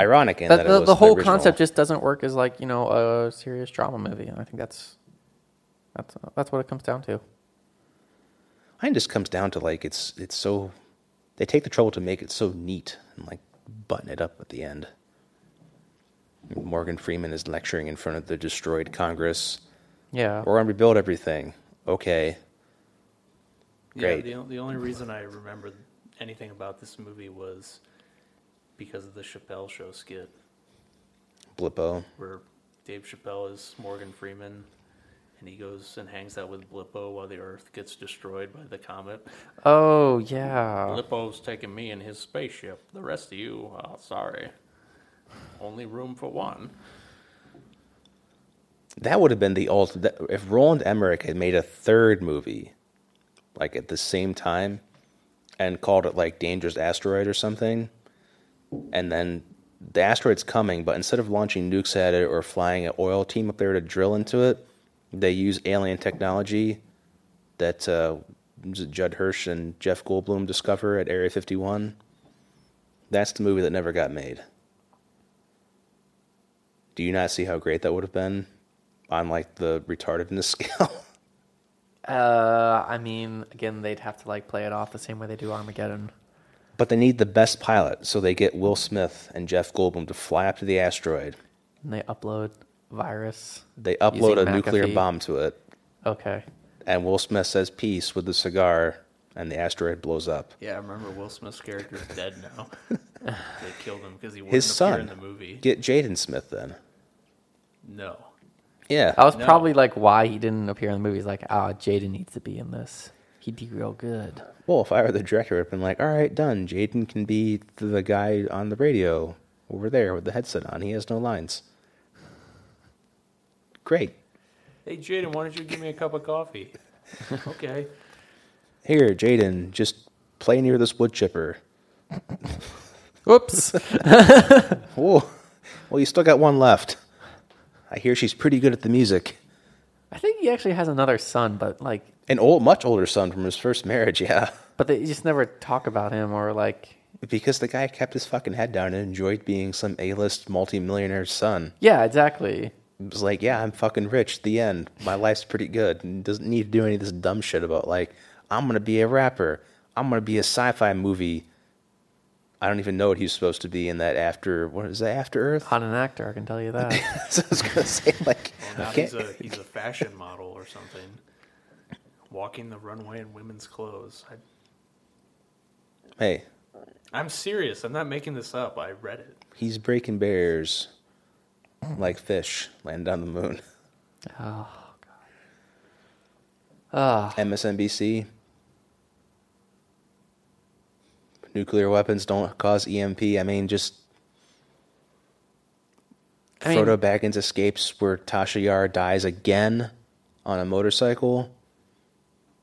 Ironic in That- that, it the, was the whole original. concept just doesn't work as like you know a serious drama movie, and I think that's that's that's what it comes down to. I think it just comes down to like it's it's so they take the trouble to make it so neat and like button it up at the end. Morgan Freeman is lecturing in front of the destroyed Congress. Yeah. We're gonna rebuild everything. Okay. Great. Yeah, the, on- the only reason I remember anything about this movie was because of the Chappelle show skit Blippo. where Dave Chappelle is Morgan Freeman and he goes and hangs out with Blippo while the earth gets destroyed by the comet. oh yeah. Blippo's taking me in his spaceship. The rest of you, oh, sorry. Only room for one. That would have been the ult. That, if Roland Emmerich had made a third movie, like at the same time, and called it like Dangerous Asteroid or something, and then the asteroid's coming, but instead of launching nukes at it or flying an oil team up there to drill into it, they use alien technology that uh, was it Judd Hirsch and Jeff Goldblum discover at Area 51. That's the movie that never got made. Do you not see how great that would have been on like the retardedness scale? Uh, I mean, again, they'd have to like play it off the same way they do Armageddon. but they need the best pilot, so they get Will Smith and Jeff Goldblum to fly up to the asteroid. And they upload virus. They upload a Using nuclear McAfee. bomb to it, Okay. and Will Smith says peace with the cigar, and the asteroid blows up. Yeah, I remember Will Smith's character's dead now. they killed him because he wouldn't His appear son. in the movie. Get Jaden Smith then. No. Yeah. That was No. probably like why he didn't appear in the movie. He's like, ah, Jaden needs to be in this. He'd be real good. Well, if I were the director, I'd have been like, all right, done. Jaden can be the guy on the radio over there with the headset on. He has no lines. Great. Hey, Jaden, why don't you give me a cup of coffee? okay. Here, Jaden, just play near this wood chipper. Whoops. Oh, well, you still got one left. I hear she's pretty good at the music. I think he actually has another son, but like, An old, much older son from his first marriage, yeah. but they just never talk about him or like, Because the guy kept his fucking head down and enjoyed being some A-list multimillionaire's son. yeah, exactly. It was like, yeah, I'm fucking rich. The end. My life's pretty good. And doesn't need to do any of this dumb shit about like, I'm gonna be a rapper. I'm gonna be a sci-fi movie. I don't even know what he was supposed to be in that after. What is that? After Earth? Not an actor, I can tell you that. so I was gonna say like, Well, now okay. he's a he's a fashion model or something, walking the runway in women's clothes. I, hey, I'm serious. I'm not making this up. I read it. He's breaking barriers like fish land on the moon. Oh god. MSNBC. Nuclear weapons don't cause EMP. I mean, just I mean- Frodo Baggins escapes where Tasha Yar dies again on a motorcycle.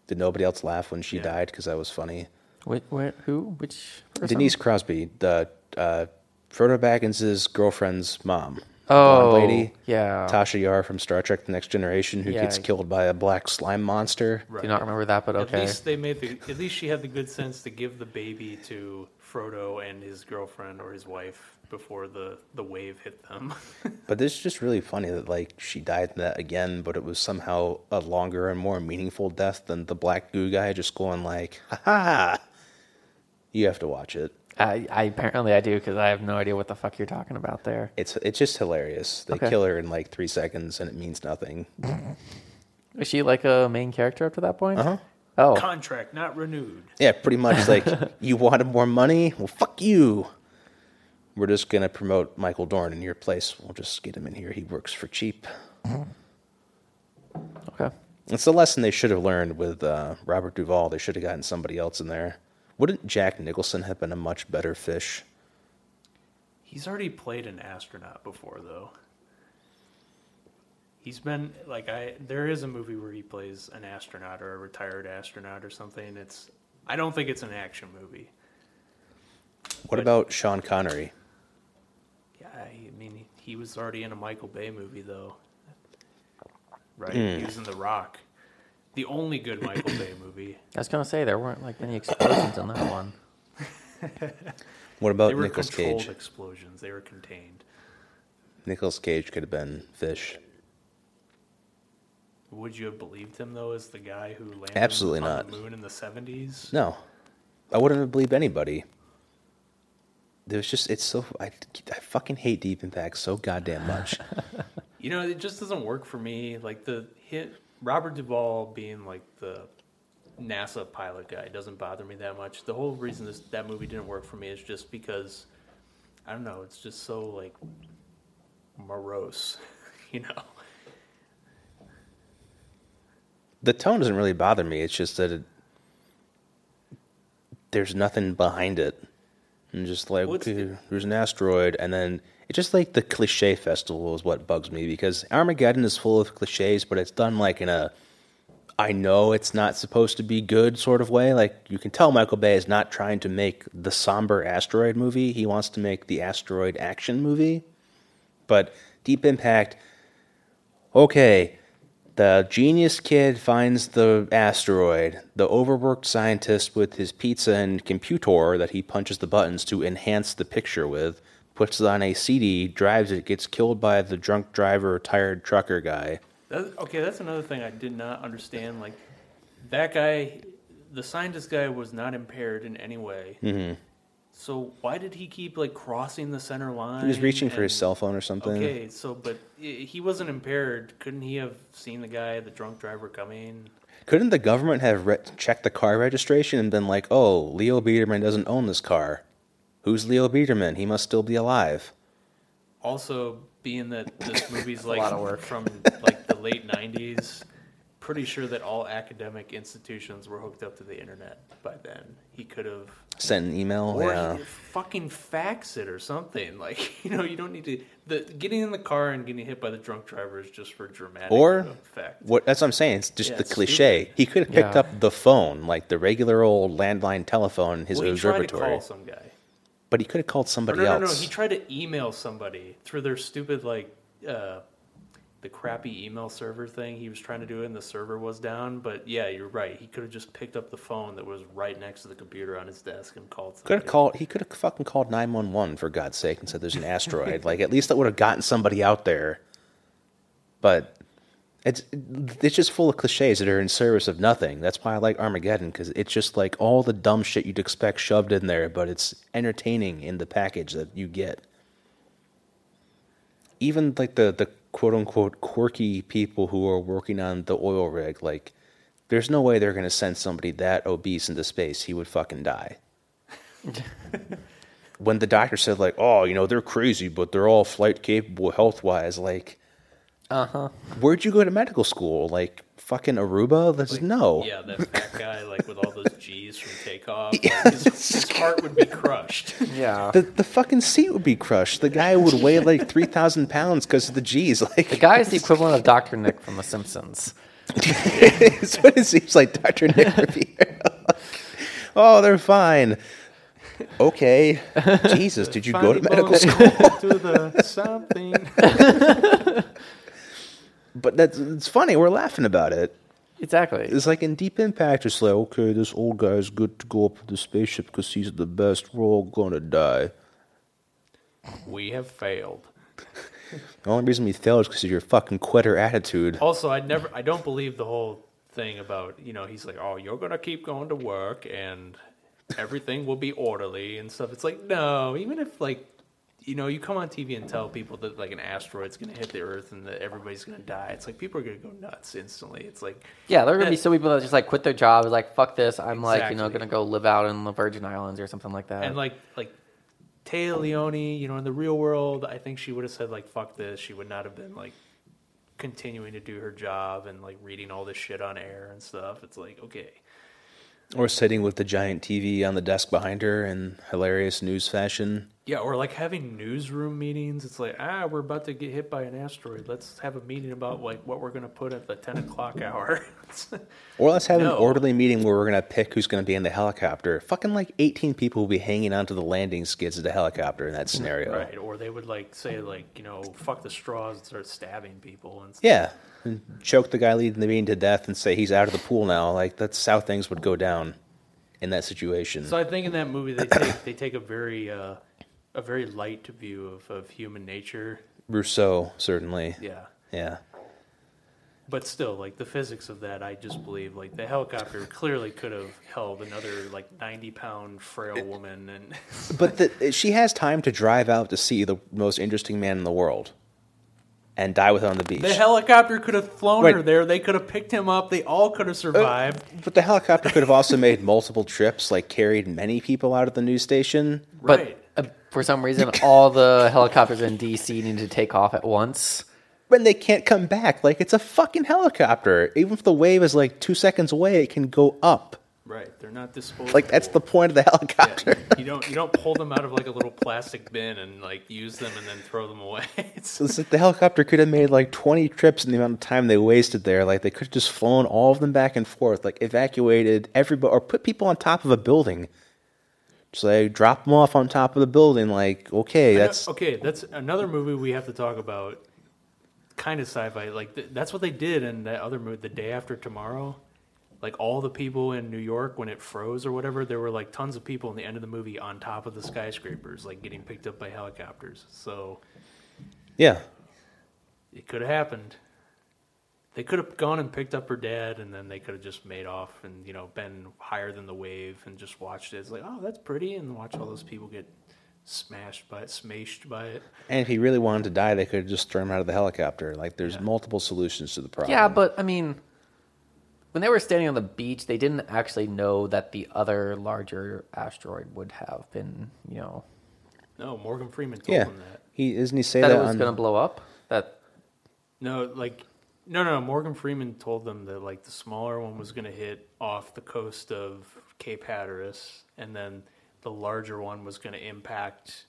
Did nobody else laugh when she Yeah. died? Because that was funny. Wait, wait, who? Which? person? Denise Crosby, the uh, Frodo Baggins's girlfriend's mom. the blonde Oh, lady. yeah. Tasha Yar from Star Trek: The Next Generation, who Yeah, gets I- killed by a black slime monster. Do not remember that, but At okay. least they made the. At least she had the good sense to give the baby to Frodo and his girlfriend or his wife before the the wave hit them. Oh. But this is just really funny that like she died in that again, but it was somehow a longer and more meaningful death than the black goo guy just going like, "Ha ha!" You have to watch it. I, I apparently I do because I have no idea what the fuck you're talking about there. It's it's just hilarious. They Okay. kill her in like three seconds, and it means nothing. Is she like a main character up to that point? Uh-huh. Oh, Contract not renewed. Yeah, pretty much like you wanted more money. Well, fuck you. We're just gonna promote Michael Dorn in your place. We'll just get him in here. He works for cheap. okay. It's the lesson they should have learned with uh, Robert Duvall. They should have gotten somebody else in there. Wouldn't Jack Nicholson have been a much better fish? He's already played an astronaut before, though. He's been like I. There is a movie where he plays an astronaut or a retired astronaut or something. It's. I don't think it's an action movie. What about Sean Connery? Yeah, I mean, he was already in a Michael Bay movie, though. Right? Hmm. He was in The Rock. The only good Michael Bay movie. I was gonna say there weren't like any explosions on that one. What They about were Oh, Nicolas controlled Cage? explosions, they were contained. Nicolas Cage could have been fish. Would you have believed him, though, as the guy who landed Absolutely on not. the moon in the 70s? No, I wouldn't have believed anybody. There's just it's so I, I fucking hate Deep Impact so goddamn much. You know, it just doesn't work for me. Like the hit Robert Duvall being like the NASA pilot guy doesn't bother me that much. The whole reason this that movie didn't work for me is just because I don't know, it's just so like morose, you know. the tone doesn't really bother me. It's just that it, there's nothing behind it. And just like, What's "Okay, the- there's an asteroid. And then it's just like the cliche festival is what bugs me because Armageddon is full of cliches, but it's done like in a I know it's not supposed to be good sort of way. Like, you can tell Michael Bay is not trying to make the somber asteroid movie, he wants to make the asteroid action movie. But Deep Impact, okay, the genius kid finds the asteroid. The overworked scientist with his pizza and computer that he punches the buttons to enhance the picture with puts it on a CD, drives it, gets killed by the drunk driver, tired trucker guy. That, okay, that's another thing I did not understand. Like that guy, the scientist guy, was not impaired in any way. Mm-hmm. So why did he keep like crossing the center line? He was reaching for his and- cell phone or something. Okay, so but i- he wasn't impaired. Couldn't he have seen the guy, the drunk driver, coming? Couldn't the government have re- checked the car registration and been like, oh, Leo Biederman doesn't own this car? Who's Leo Biederman? He must still be alive. Also, being that this movie's like lot of work. from like the late '90s, pretty sure that all academic institutions were hooked up to the internet by then. He could have, Sent an email. or Oh, yeah. he could fucking fax it or something. Like you know, you don't need to. The getting in the car and getting hit by the drunk driver is just for dramatic Or- effect. What that's what I'm saying. It's just Yeah, the it's cliche. He could have picked Yeah. up the phone, like the regular old landline telephone, in his Well, he tried to observatory. call some guy. But he could have called Or somebody no, no, no. else. He tried to email somebody through their stupid like uh, the crappy email server thing. He was trying to do it, and the server was down. But yeah, you're right. He could have just picked up the phone that was right next to the computer on his desk and called. could have somebody. called. He could have fucking called 911 for God's sake and said there's an asteroid. like at least that would have gotten somebody out there. But it's it's just full of cliches that are in service of nothing. That's why I like Armageddon because it's just like all the dumb shit you'd expect shoved in there, but it's entertaining in the package that you get. even like the the quote unquote quirky people who are working on the oil rig, like there's no way they're gonna send somebody that obese into space. He would fucking die. when the doctor said like, oh, you know, they're crazy, but they're all flight capable health wise, like uh huh. Where'd you go to medical school? Like fucking Aruba? That's no. Yeah, that fat guy, like with all those G's from takeoff, like, his, his heart would be crushed. Yeah. The, the fucking seat would be crushed. The guy would weigh like three thousand pounds because of the G's. Like The guy is the equivalent of Doctor Nick from The Simpsons. it's what it seems like, Dr. Nick Riviere. oh, they're fine. Okay. Jesus, did you go to medical Finally bones school? to the something. But that's it's funny. We're laughing about it. Exactly. It's like in Deep Impact, it's like, okay, this old guy's good to go up with the spaceship because he's the best. We're all going to die. We have failed. The only reason we failed is because of your fucking quitter attitude. Also, I never, I don't believe the whole thing about you know he's like, oh, you're gonna keep going to work and everything will be orderly and stuff. It's like no, even if like you know you come on TV and tell people that like an asteroid's gonna hit the Earth and that everybody's gonna die, it's like people are gonna go nuts instantly. It's like Yeah, there are gonna be Yeah. some people that just like quit their jobs, like fuck this. I'm like you know Exactly. gonna go live out in the Virgin Islands or something like that. and like like Taya Leone, you know, in the real world, I think she would have said like "fuck this." She would not have been like continuing to do her job and like reading all this shit on air and stuff. It's like okay, Or sitting with the giant TV on the desk behind her in hilarious news fashion. yeah, or like having newsroom meetings. It's like ah, we're about to get hit by an asteroid. Let's have a meeting about like what we're gonna put at the ten o'clock hour. Or let's have No. an orderly meeting where we're going to pick who's going to be in the helicopter. Fucking like 18 people will be hanging onto the landing skids of the helicopter in that scenario. right, or they would like say like you know fuck the straws and start stabbing people and stuff. Yeah. And choke the guy leading the meeting to death and say he's out of the pool now. Like, that's how things would go down in that situation. So I think in that movie they take they take a very uh, a very light view of, of human nature. Rousseau, certainly. Yeah. Yeah. But still, like the physics of that, I just believe like the helicopter clearly could have held another like ninety pound frail woman, and But the, she has time to drive out to see the most interesting man in the world and die with him on the beach. the helicopter could have flown Wait. her there. They could have picked him up. They all could Uh, have survived. but the helicopter could have also made multiple trips, like carried many people out of the news station. but right. uh, for some reason, all the helicopters in DC need to take off at once. when they can't come back. Like it's a fucking helicopter. Even if the wave is like two seconds away, it can go up. Right. They're not disposable. Like that's the point of the helicopter. Yeah. You don't you don't pull them out of like a little plastic bin and like use them and then throw them away. It's- So it's like the helicopter could have made like twenty trips in the amount of time they wasted there. Like they could have just flown all of them back and forth, like evacuated everybody or put people on top of a building. Just like drop them off on top of the building. Like okay, that's okay. That's another movie we have to talk about. Kind of sci-fi, like th- that's what they did in that other movie, The Day After Tomorrow. Like all the people in New York when it froze or whatever, there were like tons of people in the end of the movie on top of the skyscrapers, like getting picked up by helicopters. So yeah. it could have happened. They could have gone and picked up her dad, and then they could have just made off and you know been higher than the wave and just watched it. It's like, oh, that's pretty, and watch all those people get smashed by it, smashed by it. And if he really wanted to die, they could have just thrown him out of the helicopter. Like there's multiple solutions to the problem. Yeah, but I mean, when they were standing on the beach, they didn't actually know that the other larger asteroid would have been, you know, No, Morgan Freeman told yeah. him that. He isn't he say that that, it was on going to blow up. That No, like no, no. Morgan Freeman told them that like the smaller one was going to hit off the coast of Cape Hatteras, and then the larger one was going to impact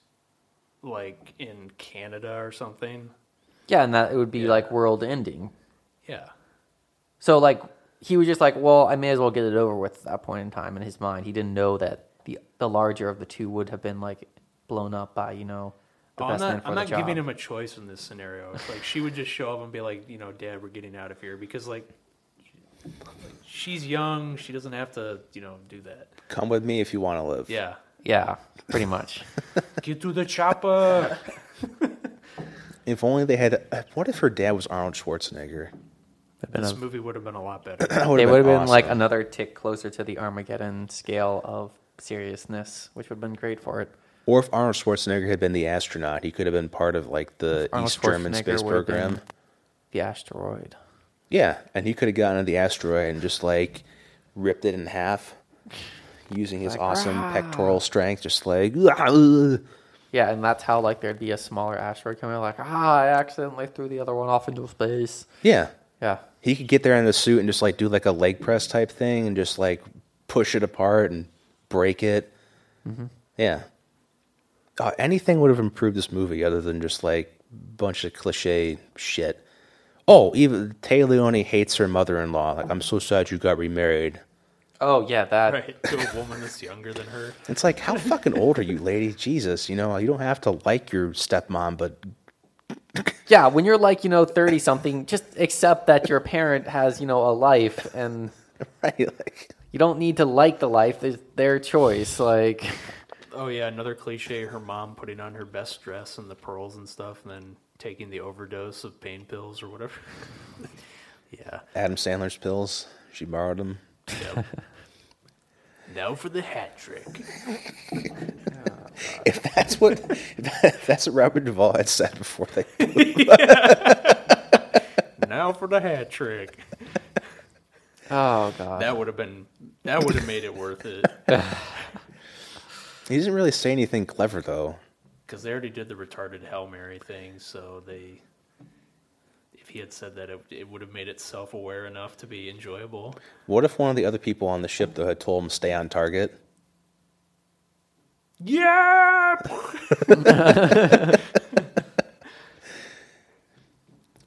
like in Canada or something. yeah, and that it would be like world ending. Yeah, So like he was just like, well, I may as well get it over with at that point in time in his mind. He didn't know that the the larger of the two would have been like blown up by you know the Oh, I'm best not. man for I'm the not job. giving him a choice in this scenario. It's Like she would just show up and be like, you know, Dad, we're getting out of here because like. She's young. She doesn't have to, you know, do that. Come with me if you want to live. Yeah. yeah, pretty much. Get to the chopper. If only they had. uh, What if her dad was Arnold Schwarzenegger? this movie would have been a lot better. That they would've would have been like awesome. another tick closer to the Armageddon scale of seriousness, which would have been great for it. Or if Arnold Schwarzenegger had been the astronaut, he could have been part of like the Arnold East German Schwarzenegger space would have program. been The asteroid. Yeah, and he could have gotten to the asteroid and just like ripped it in half, using his Like, awesome "Rah." pectoral strength, just like. "Ah, uh." Yeah, and that's how like there'd be a smaller asteroid coming, like ah, I accidentally threw the other one off into space. Yeah, Yeah, he could get there in the suit and just like do like a leg press type thing and just like push it apart and break it. Yeah. Uh, anything would have improved this movie other than just like bunch of cliche shit. Oh, even Tay Leone hates her mother-in-law. Like, I'm so sad you got remarried. Oh yeah, that Right. To a woman that's younger than her. It's like, how fucking old are you, lady? Jesus, you know, you don't have to like your stepmom, but yeah. When you're like you know thirty something, just accept that your parent has you know a life, and right, like, you don't need to like the life. It's their choice. Like Oh yeah, another cliche. Her mom putting on her best dress and the pearls and stuff, and then taking the overdose of pain pills or whatever. yeah. Adam Sandler's pills. She borrowed them. Yep. now for the hat trick. If that's what, if that's what Robert Duvall had said before they Now for the hat trick. oh god, Uh-huh. That would have been. That would have made it worth it He doesn't really say anything clever though. because they already did the retarded hail mary thing. So they, if he had said that, it, it would have made it self-aware enough to be enjoyable. What if one of the other people on the ship though had told him stay on target? Yeah.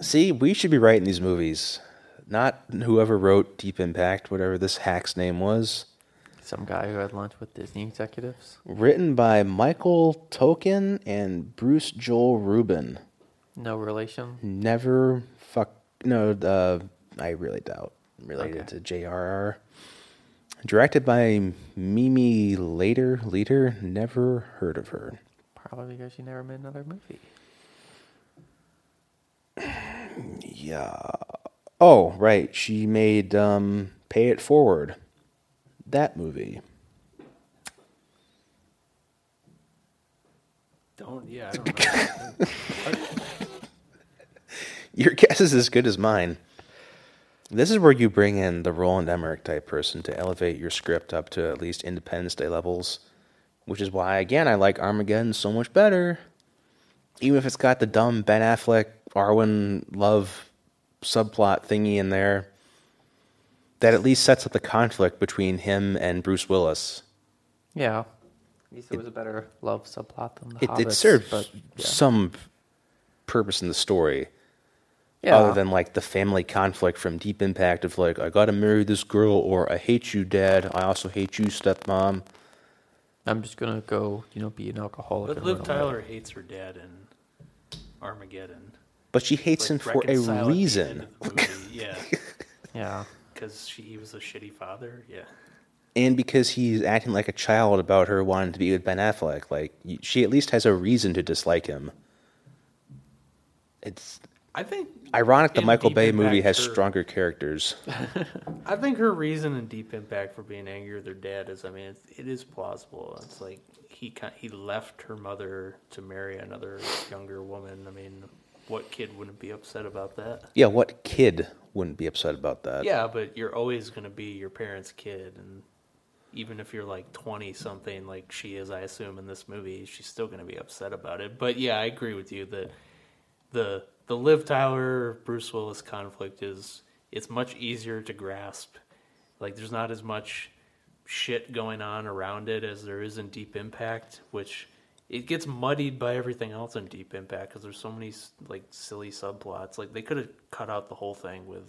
See, we should be writing these movies, not whoever wrote Deep Impact, whatever this hack's name was. some guy who had lunch with Disney executives. Written by Michael Token and Bruce Joel Rubin. No relation. Never fuck. No, uh, I really doubt related Okay. to J.R.R. Directed by Mimi Later. Leader. Never heard of her. Probably because she never made another movie. Yeah. Oh, right. She made um, Pay It Forward. That movie. Don't. Yeah. I don't know. Your guess is as good as mine. This is where you bring in the Roland Emmerich type person to elevate your script up to at least Independence Day levels, which is why, again, I like Armageddon so much better. Even if it's got the dumb Ben Affleck, Arwen love subplot thingy in there, that at least sets up the conflict between him and Bruce Willis. Yeah. At least it, was a better love subplot than the It, Hobbits. it serves but yeah. some purpose in the story. Yeah. other than like the family conflict from Deep Impact of like I gotta marry this girl or I hate you, Dad. I also hate you, stepmom. I'm just gonna go, you know, be an alcoholic. But and Liv run away. Tyler hates her dad in Armageddon. But she hates Like, him for a reconcile at the end reason, of the movie, yeah, Yeah. because he was a shitty father. Yeah. and because he's acting like a child about her wanting to be with Ben Affleck. Like y- she at least has a reason to dislike him. It's I think ironic the In Michael Deep Bay movie Impact, has her- stronger characters. I think her reason in Deep Impact for being angry with her dad is, I mean, it's, it is plausible. It's like he ki- he left her mother to marry another younger woman. I mean, what kid wouldn't be upset about that? Yeah, what kid wouldn't be upset about that? Yeah, but you're always going to be your parents' kid, and even if you're like twenty something, like she is, I assume in this movie, she's still going to be upset about it. But yeah, I agree with you that the the Liv Tyler Bruce Willis conflict is it's much easier to grasp. Like there's not as much shit going on around it as there is in Deep Impact, which it gets muddied by everything else in Deep Impact because there's so many like silly subplots. Like they could have cut out the whole thing with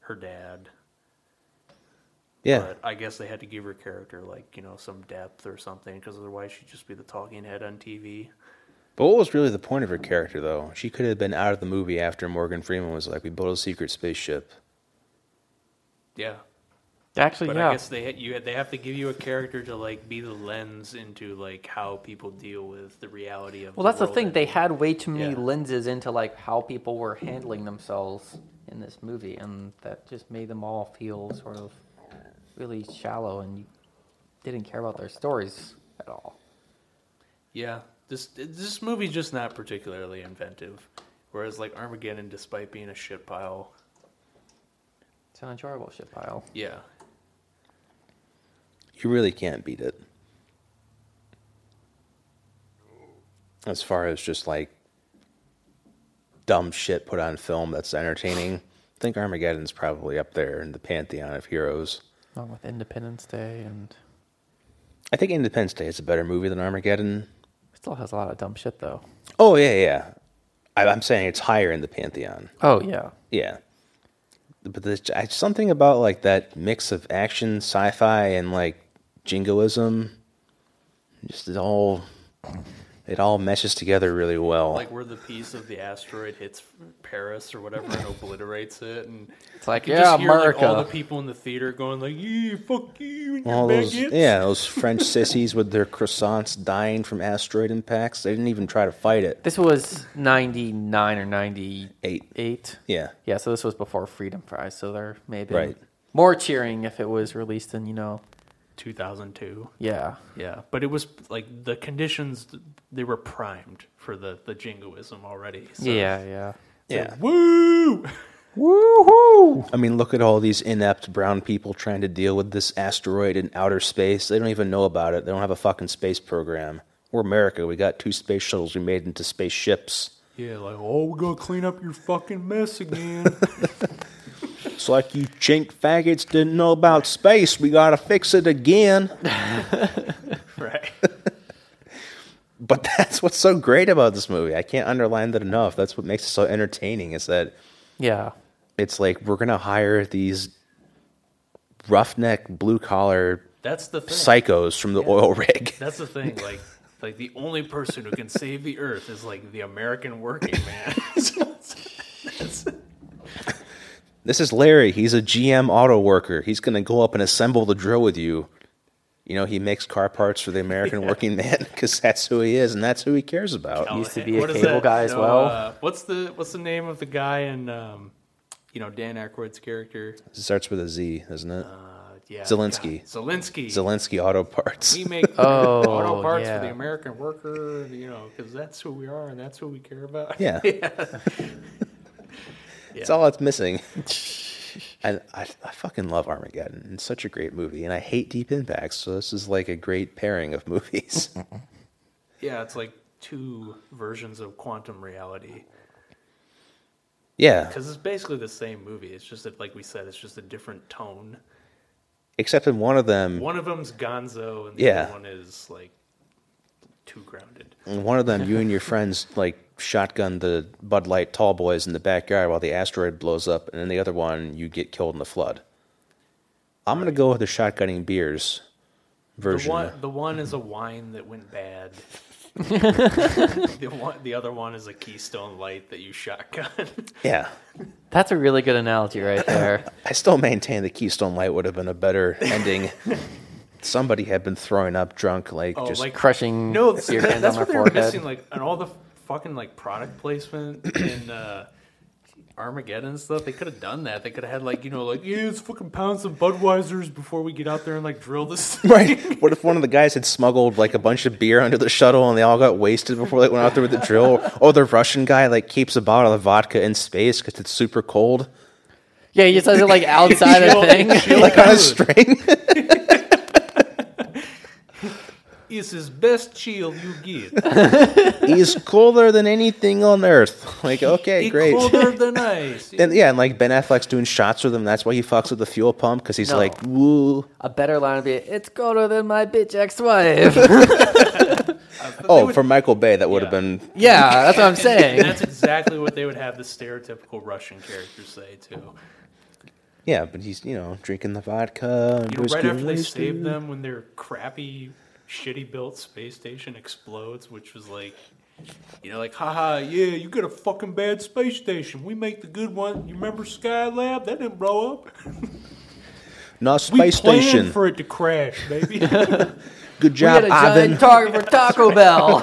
her dad. yeah. But I guess they had to give her character like you know some depth or something because otherwise she'd just be the talking head on TV. But what was really the point of her character, though? She could have been out of the movie after Morgan Freeman was like, "We built a secret spaceship." Yeah, Actually, But yeah. I guess they ha- you they have to give you a character to like be the lens into like how people deal with the reality of. well, that's the world thing. and- They had way too many Yeah. lenses into like how people were handling themselves in this movie, and that just made them all feel sort of really shallow, and you didn't care about their stories at all. Yeah, this this movie's just not particularly inventive. Whereas like Armageddon, despite being a shit pile, It's an enjoyable shit pile. yeah, You really can't beat it. As far as just like dumb shit put on film that's entertaining, I think Armageddon's probably up there in the pantheon of heroes. Along with Independence Day, and I think Independence Day is a better movie than Armageddon. it still has a lot of dumb shit though. Oh yeah, yeah. I, I'm saying it's higher in the pantheon. Oh yeah. Yeah, but there's j- I- something about like that mix of action, sci-fi, and like jingoism. Just it all, it all meshes together really well. Like where the piece of the asteroid hits Paris or whatever and obliterates it, and It's like you yeah, just hear like, America. all the people in the theater going like, "Yeah, fuck you, and your all those, maggots." yeah, those French sissies with their croissants dying from asteroid impacts. They didn't even try to fight it. This was ninety nine or ninety Eight. eight. Yeah, Yeah, so this was before Freedom Fries, so there may have been Right. more cheering if it was released in, you know, 2002. yeah. Yeah, but it was like the conditions they were primed for the the jingoism already. So. Yeah, yeah. yeah. Woo! Woohoo! I mean, look at all these inept brown people trying to deal with this asteroid in outer space. They don't even know about it. They don't have a fucking space program. We're America. We got two space shuttles we made into space ships. Yeah, like oh, we gotta clean up your fucking mess again. It's like you chink faggots didn't know about space. We gotta fix it again. right. But that's what's so great about this movie. I can't underline that enough. That's what makes it so entertaining is that Yeah. it's like we're gonna hire these roughneck blue collar That's the thing. psychos from the oil rig. That's the thing. Like, like the only person who can save the Earth is like the American working man. This is Larry. He's a GM auto worker. He's going to go up and assemble the drill with you. You know, he makes car parts for the American working man because that's who he is and that's who he cares about. Used to Hey, be a Oh, eh, what is cable that? guy as No, well. uh, what's the What's the name of the guy in um, you know Dan Aykroyd's character? It starts with a Z, doesn't it? Uh, yeah, Zelensky. God, Zelensky. Zelensky Auto Parts. we make Oh, auto parts yeah. for the American worker, you know, because that's who we are and that's what we care about. Yeah. It's Yeah. all that's missing. And I, I fucking love Armageddon. It's such a great movie. And I hate Deep Impact. So this is like a great pairing of movies. Yeah, it's like two versions of quantum reality yeah. because it's basically the same movie. It's just that, like we said, it's just a different tone. Except in one of them, One of them's Gonzo, and the Yeah. other one is like too grounded. And one of them, you and your friends like shotgun the Bud Light tall boys in the backyard while the asteroid blows up, and then the other one, you get killed in the flood. I'm gonna go with the shotgunning beers The version. one, the one is a wine that went bad. the one, the other one is a Keystone Light that you shotgun. Yeah, That's a really good analogy right there. I still maintain the Keystone Light would have been a better ending. Somebody had been throwing up drunk, like Oh, just like Crushing no, no, that's, your hand on that's their what they were missing. forehead. Like, and all the fucking like product placement in uh, Armageddon and stuff. They could have done that. They could have had like you know like yeah, let's fucking pound some Budweisers before we get out there and like drill this. right. What if one of the guys had smuggled like a bunch of beer under the shuttle and they all got wasted before they went out there with the drill? Or the Russian guy like keeps a bottle of vodka in space because it's super cold. Yeah, he just has it like outside a thing. like on a string. It's his best chill you get. He's cooler than anything on earth. Like, okay, It's great. colder than ice. And yeah, and like Ben Affleck's doing shots with him. That's why he fucks with the fuel pump because he's No. like, woo. A better line would be, "It's colder than my bitch ex-wife." Oh, for Michael Bay, that would have Yeah. been. yeah, that's what I'm And saying. that's exactly what they would have the stereotypical Russian characters say too. Yeah, but he's, you know, drinking the vodka. And You know, just right getting after they wasted. saved them when their crappy, shitty built space station explodes, which was like, you know, like, haha, yeah, you got a fucking bad space station. We make the good one. You remember Skylab? That didn't blow up. Not We space planned station. for it to crash, baby. Good We had job, a giant Ivan. target for Taco Bell.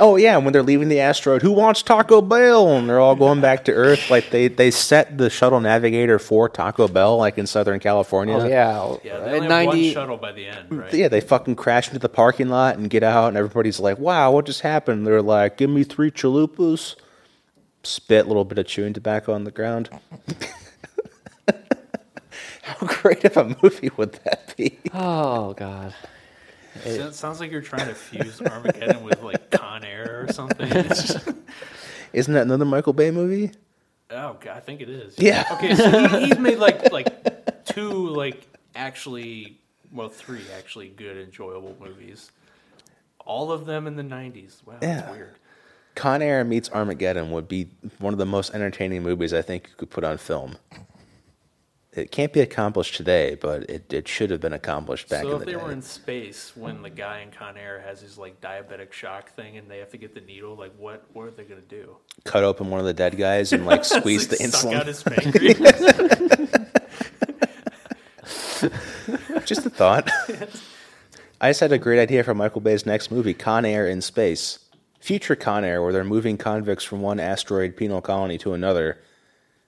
oh, yeah, and when they're leaving the asteroid, who wants Taco Bell? And they're all going back to Earth. Like, they, they set the shuttle navigator for Taco Bell, like in Southern California. Oh, yeah, yeah, Uh, they only have one 90 shuttle by the end, right? Yeah, they fucking crash into the parking lot and get out, and everybody's like, "Wow, what just happened?" They're like, "Give me three chalupas." Spit a little bit of chewing tobacco on the ground. How great of a movie would that be? Oh god. So- sounds like you're trying to fuse Armageddon with like Con Air or something. It's just- Isn't that another Michael Bay movie? Oh god, I think it is. Yeah. Okay, so he, he's made like like two like actually well three actually good enjoyable movies. All of them in the '90s. Wow, Yeah. that's weird. Con Air meets Armageddon would be one of the most entertaining movies I think you could put on film. It can't be accomplished today, but it, it should have been accomplished back so in if the they day. were in space when the guy in Con Air has his like diabetic shock thing and they have to get the needle, like what what are they gonna do? Cut open one of the dead guys and like squeeze the Like, suck out insulin. his pancreas. Just a thought. I just had a great idea for Michael Bay's next movie, Con Air in Space. Future Con Air, where they're moving convicts from one asteroid penal colony to another.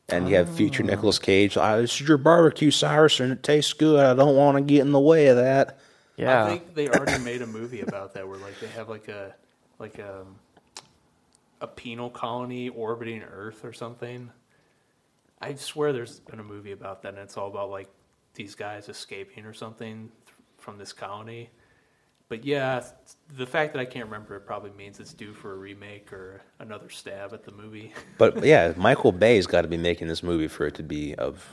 And you have future Nicolas Cage. "Ah, this is your barbecue sauce, and it tastes good. I don't want to get in the way of that. Yeah. I think they already made a movie about that where like they have like a like a a penal colony orbiting Earth or something. I swear there's been a movie about that and it's all about like these guys escaping or something th- from this colony. But yeah, the fact that I can't remember it probably means it's due for a remake or another stab at the movie. But yeah, Michael Bay's got to be making this movie for it to be of.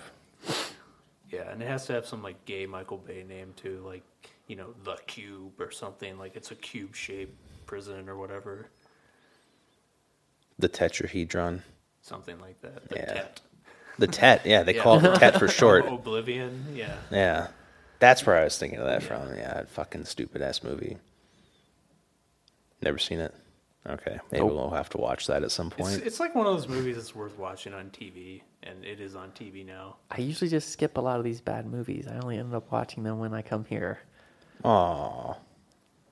Yeah, and it has to have some like gay Michael Bay name too, like you know the Cube or something. Like it's a cube shaped prison or whatever, The tetrahedron. something like that. The Yeah. Tet. The Tet, yeah, they Yeah. Oh, call it the Tet for short. Oblivion. Yeah, Yeah. That's where I was thinking of that from. Yeah, that fucking stupid ass movie. Never seen it. Okay. Maybe Nope. we'll have to watch that at some it's, point. it's like one of those movies that's worth watching on TV, and it is on TV now. I usually just skip a lot of these bad movies. I only end up watching them when I come here. Aw.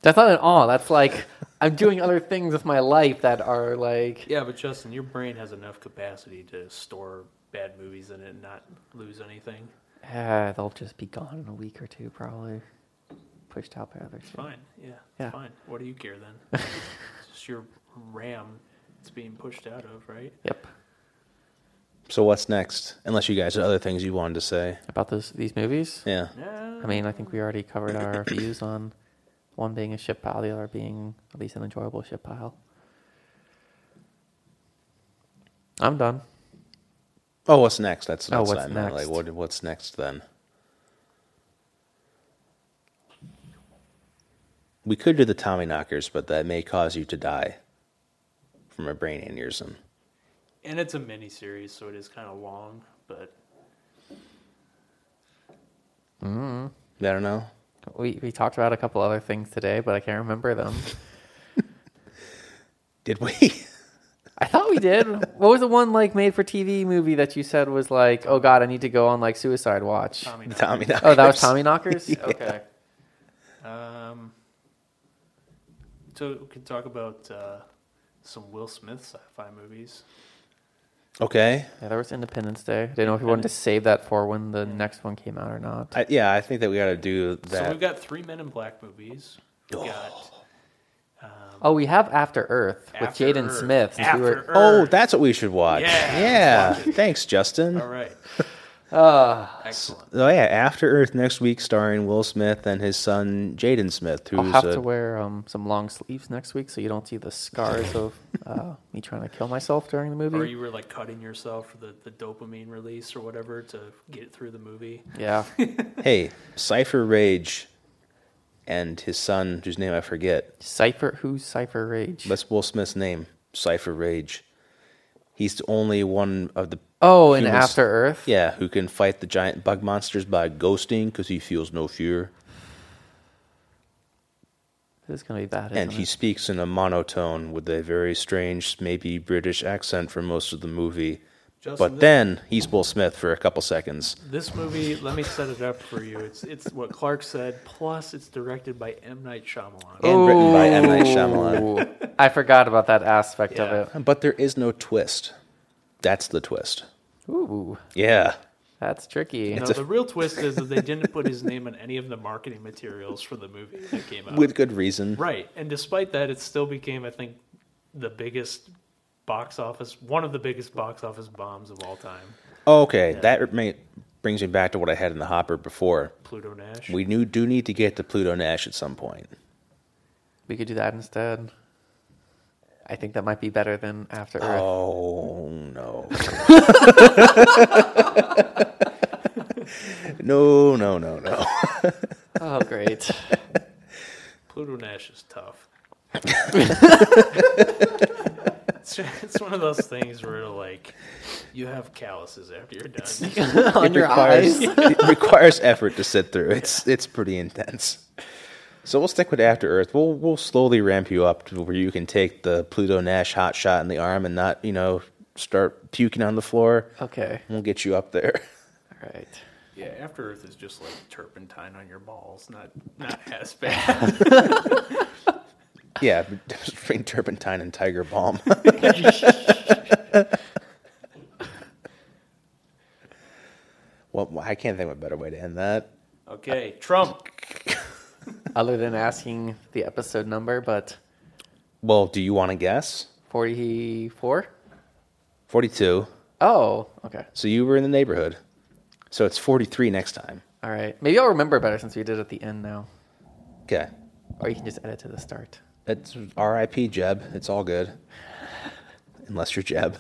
That's not at all. That's like I'm doing other things with my life that are like Yeah, but Justin, your brain has enough capacity to store bad movies in it and not lose anything. eh, they'll just be gone in a week or two, probably pushed out by other It's shit. fine. Yeah, it's Yeah. fine. What do you care then? it's just your RAM. It's being pushed out of right. Yep. So what's next? Unless you guys have other things you wanted to say. About those these movies. Yeah. Yeah. I mean, I think we already covered our views on one being a shit pile, the other being at least an enjoyable shit pile. I'm done. Oh, what's next? That's, Oh, that's what what's I meant. next? Like, what, what's next then? We could do the Tommy knockers, but that may cause you to die from a brain aneurysm. And it's a mini series, so it is kind of long, but I don't know. We we talked about a couple other things today, but I can't remember them. Did we? I thought we did. what was the one like made for TV movie that you said was like, oh god, I need to go on like suicide watch? Tommy. The Knockers. Tommy knockers. oh, that was Tommy Knockers. Okay. Um, so we could talk about uh, some Will Smith sci-fi movies. Okay. Yeah, there was Independence Day. I didn't know if we wanted to save that for when the next one came out or not. I, yeah, I think that we got to do that. So we've got three Men in Black movies. We Oh. got Oh, we have After Earth with After Jaden Earth. Smith. since we After were- Earth. oh, that's what we should watch. Yeah, Yeah. Thanks, Justin. all right. Ah, Excellent. Oh yeah, After Earth next week, starring Will Smith and his son Jaden Smith, who's I'll have a- to wear um, some long sleeves next week so you don't see the scars of uh, me trying to kill myself during the Or movie. you were like cutting yourself for the, the dopamine release or whatever to get through the movie. yeah. hey Cipher Rage, and his son, whose name I forget. Cypher, who's Cypher Rage? That's Will Smith's name, Cipher Rage. He's the only one of the oh, in humans- After Earth? yeah who can fight the giant bug monsters by ghosting because he feels no fear, This is going to be bad. and isn't he it? speaks in a monotone with a very strange, maybe British accent for most of the movie. Justin, but this- then he's Will Smith for a couple seconds. This movie, let me set it up for you. It's it's what Clark said. Plus, it's directed by M Night Shyamalan. and written by M. Night Shyamalan. Ooh. I forgot about that aspect Yeah. of it. But there is no twist. That's the twist. Ooh, Yeah. that's tricky. No, It's a- the real twist is that they didn't put his name on any of the marketing materials for the movie that came out. With good reason. right, and despite that, it still became, I think, the biggest box office, one of the biggest box office bombs of all time. Okay, that may, brings me back to what I had in the hopper before. Pluto Nash. We knew, do need to get to Pluto Nash at some point. We could do that instead. I think that might be better than After Earth. Oh, no. no, no, no, no. Oh, great. Pluto Nash is tough. It's, it's one of those things where like you have calluses after you're done. on your requires, eyes. it requires effort to sit through. It's it's pretty intense. So we'll stick with After Earth. We'll we'll slowly ramp you up to where you can take the Pluto Nash hot shot in the arm and not you know start puking on the floor. Okay. We'll get you up there. All right. yeah, After Earth is just like turpentine on your balls, not not as bad. yeah, but just bring turpentine and tiger balm. well, I can't think of a better way to end that. Okay, Trump. Other than asking the episode number, but Well, do you want to guess? 44? Forty-two. Oh, okay. So you were in the neighborhood. So it's 43 next time. All right. Maybe I'll remember better since we did it at the end now. Okay. Or you can just edit to the start. That's RIP, Jeb. It's all good. Unless you're Jeb.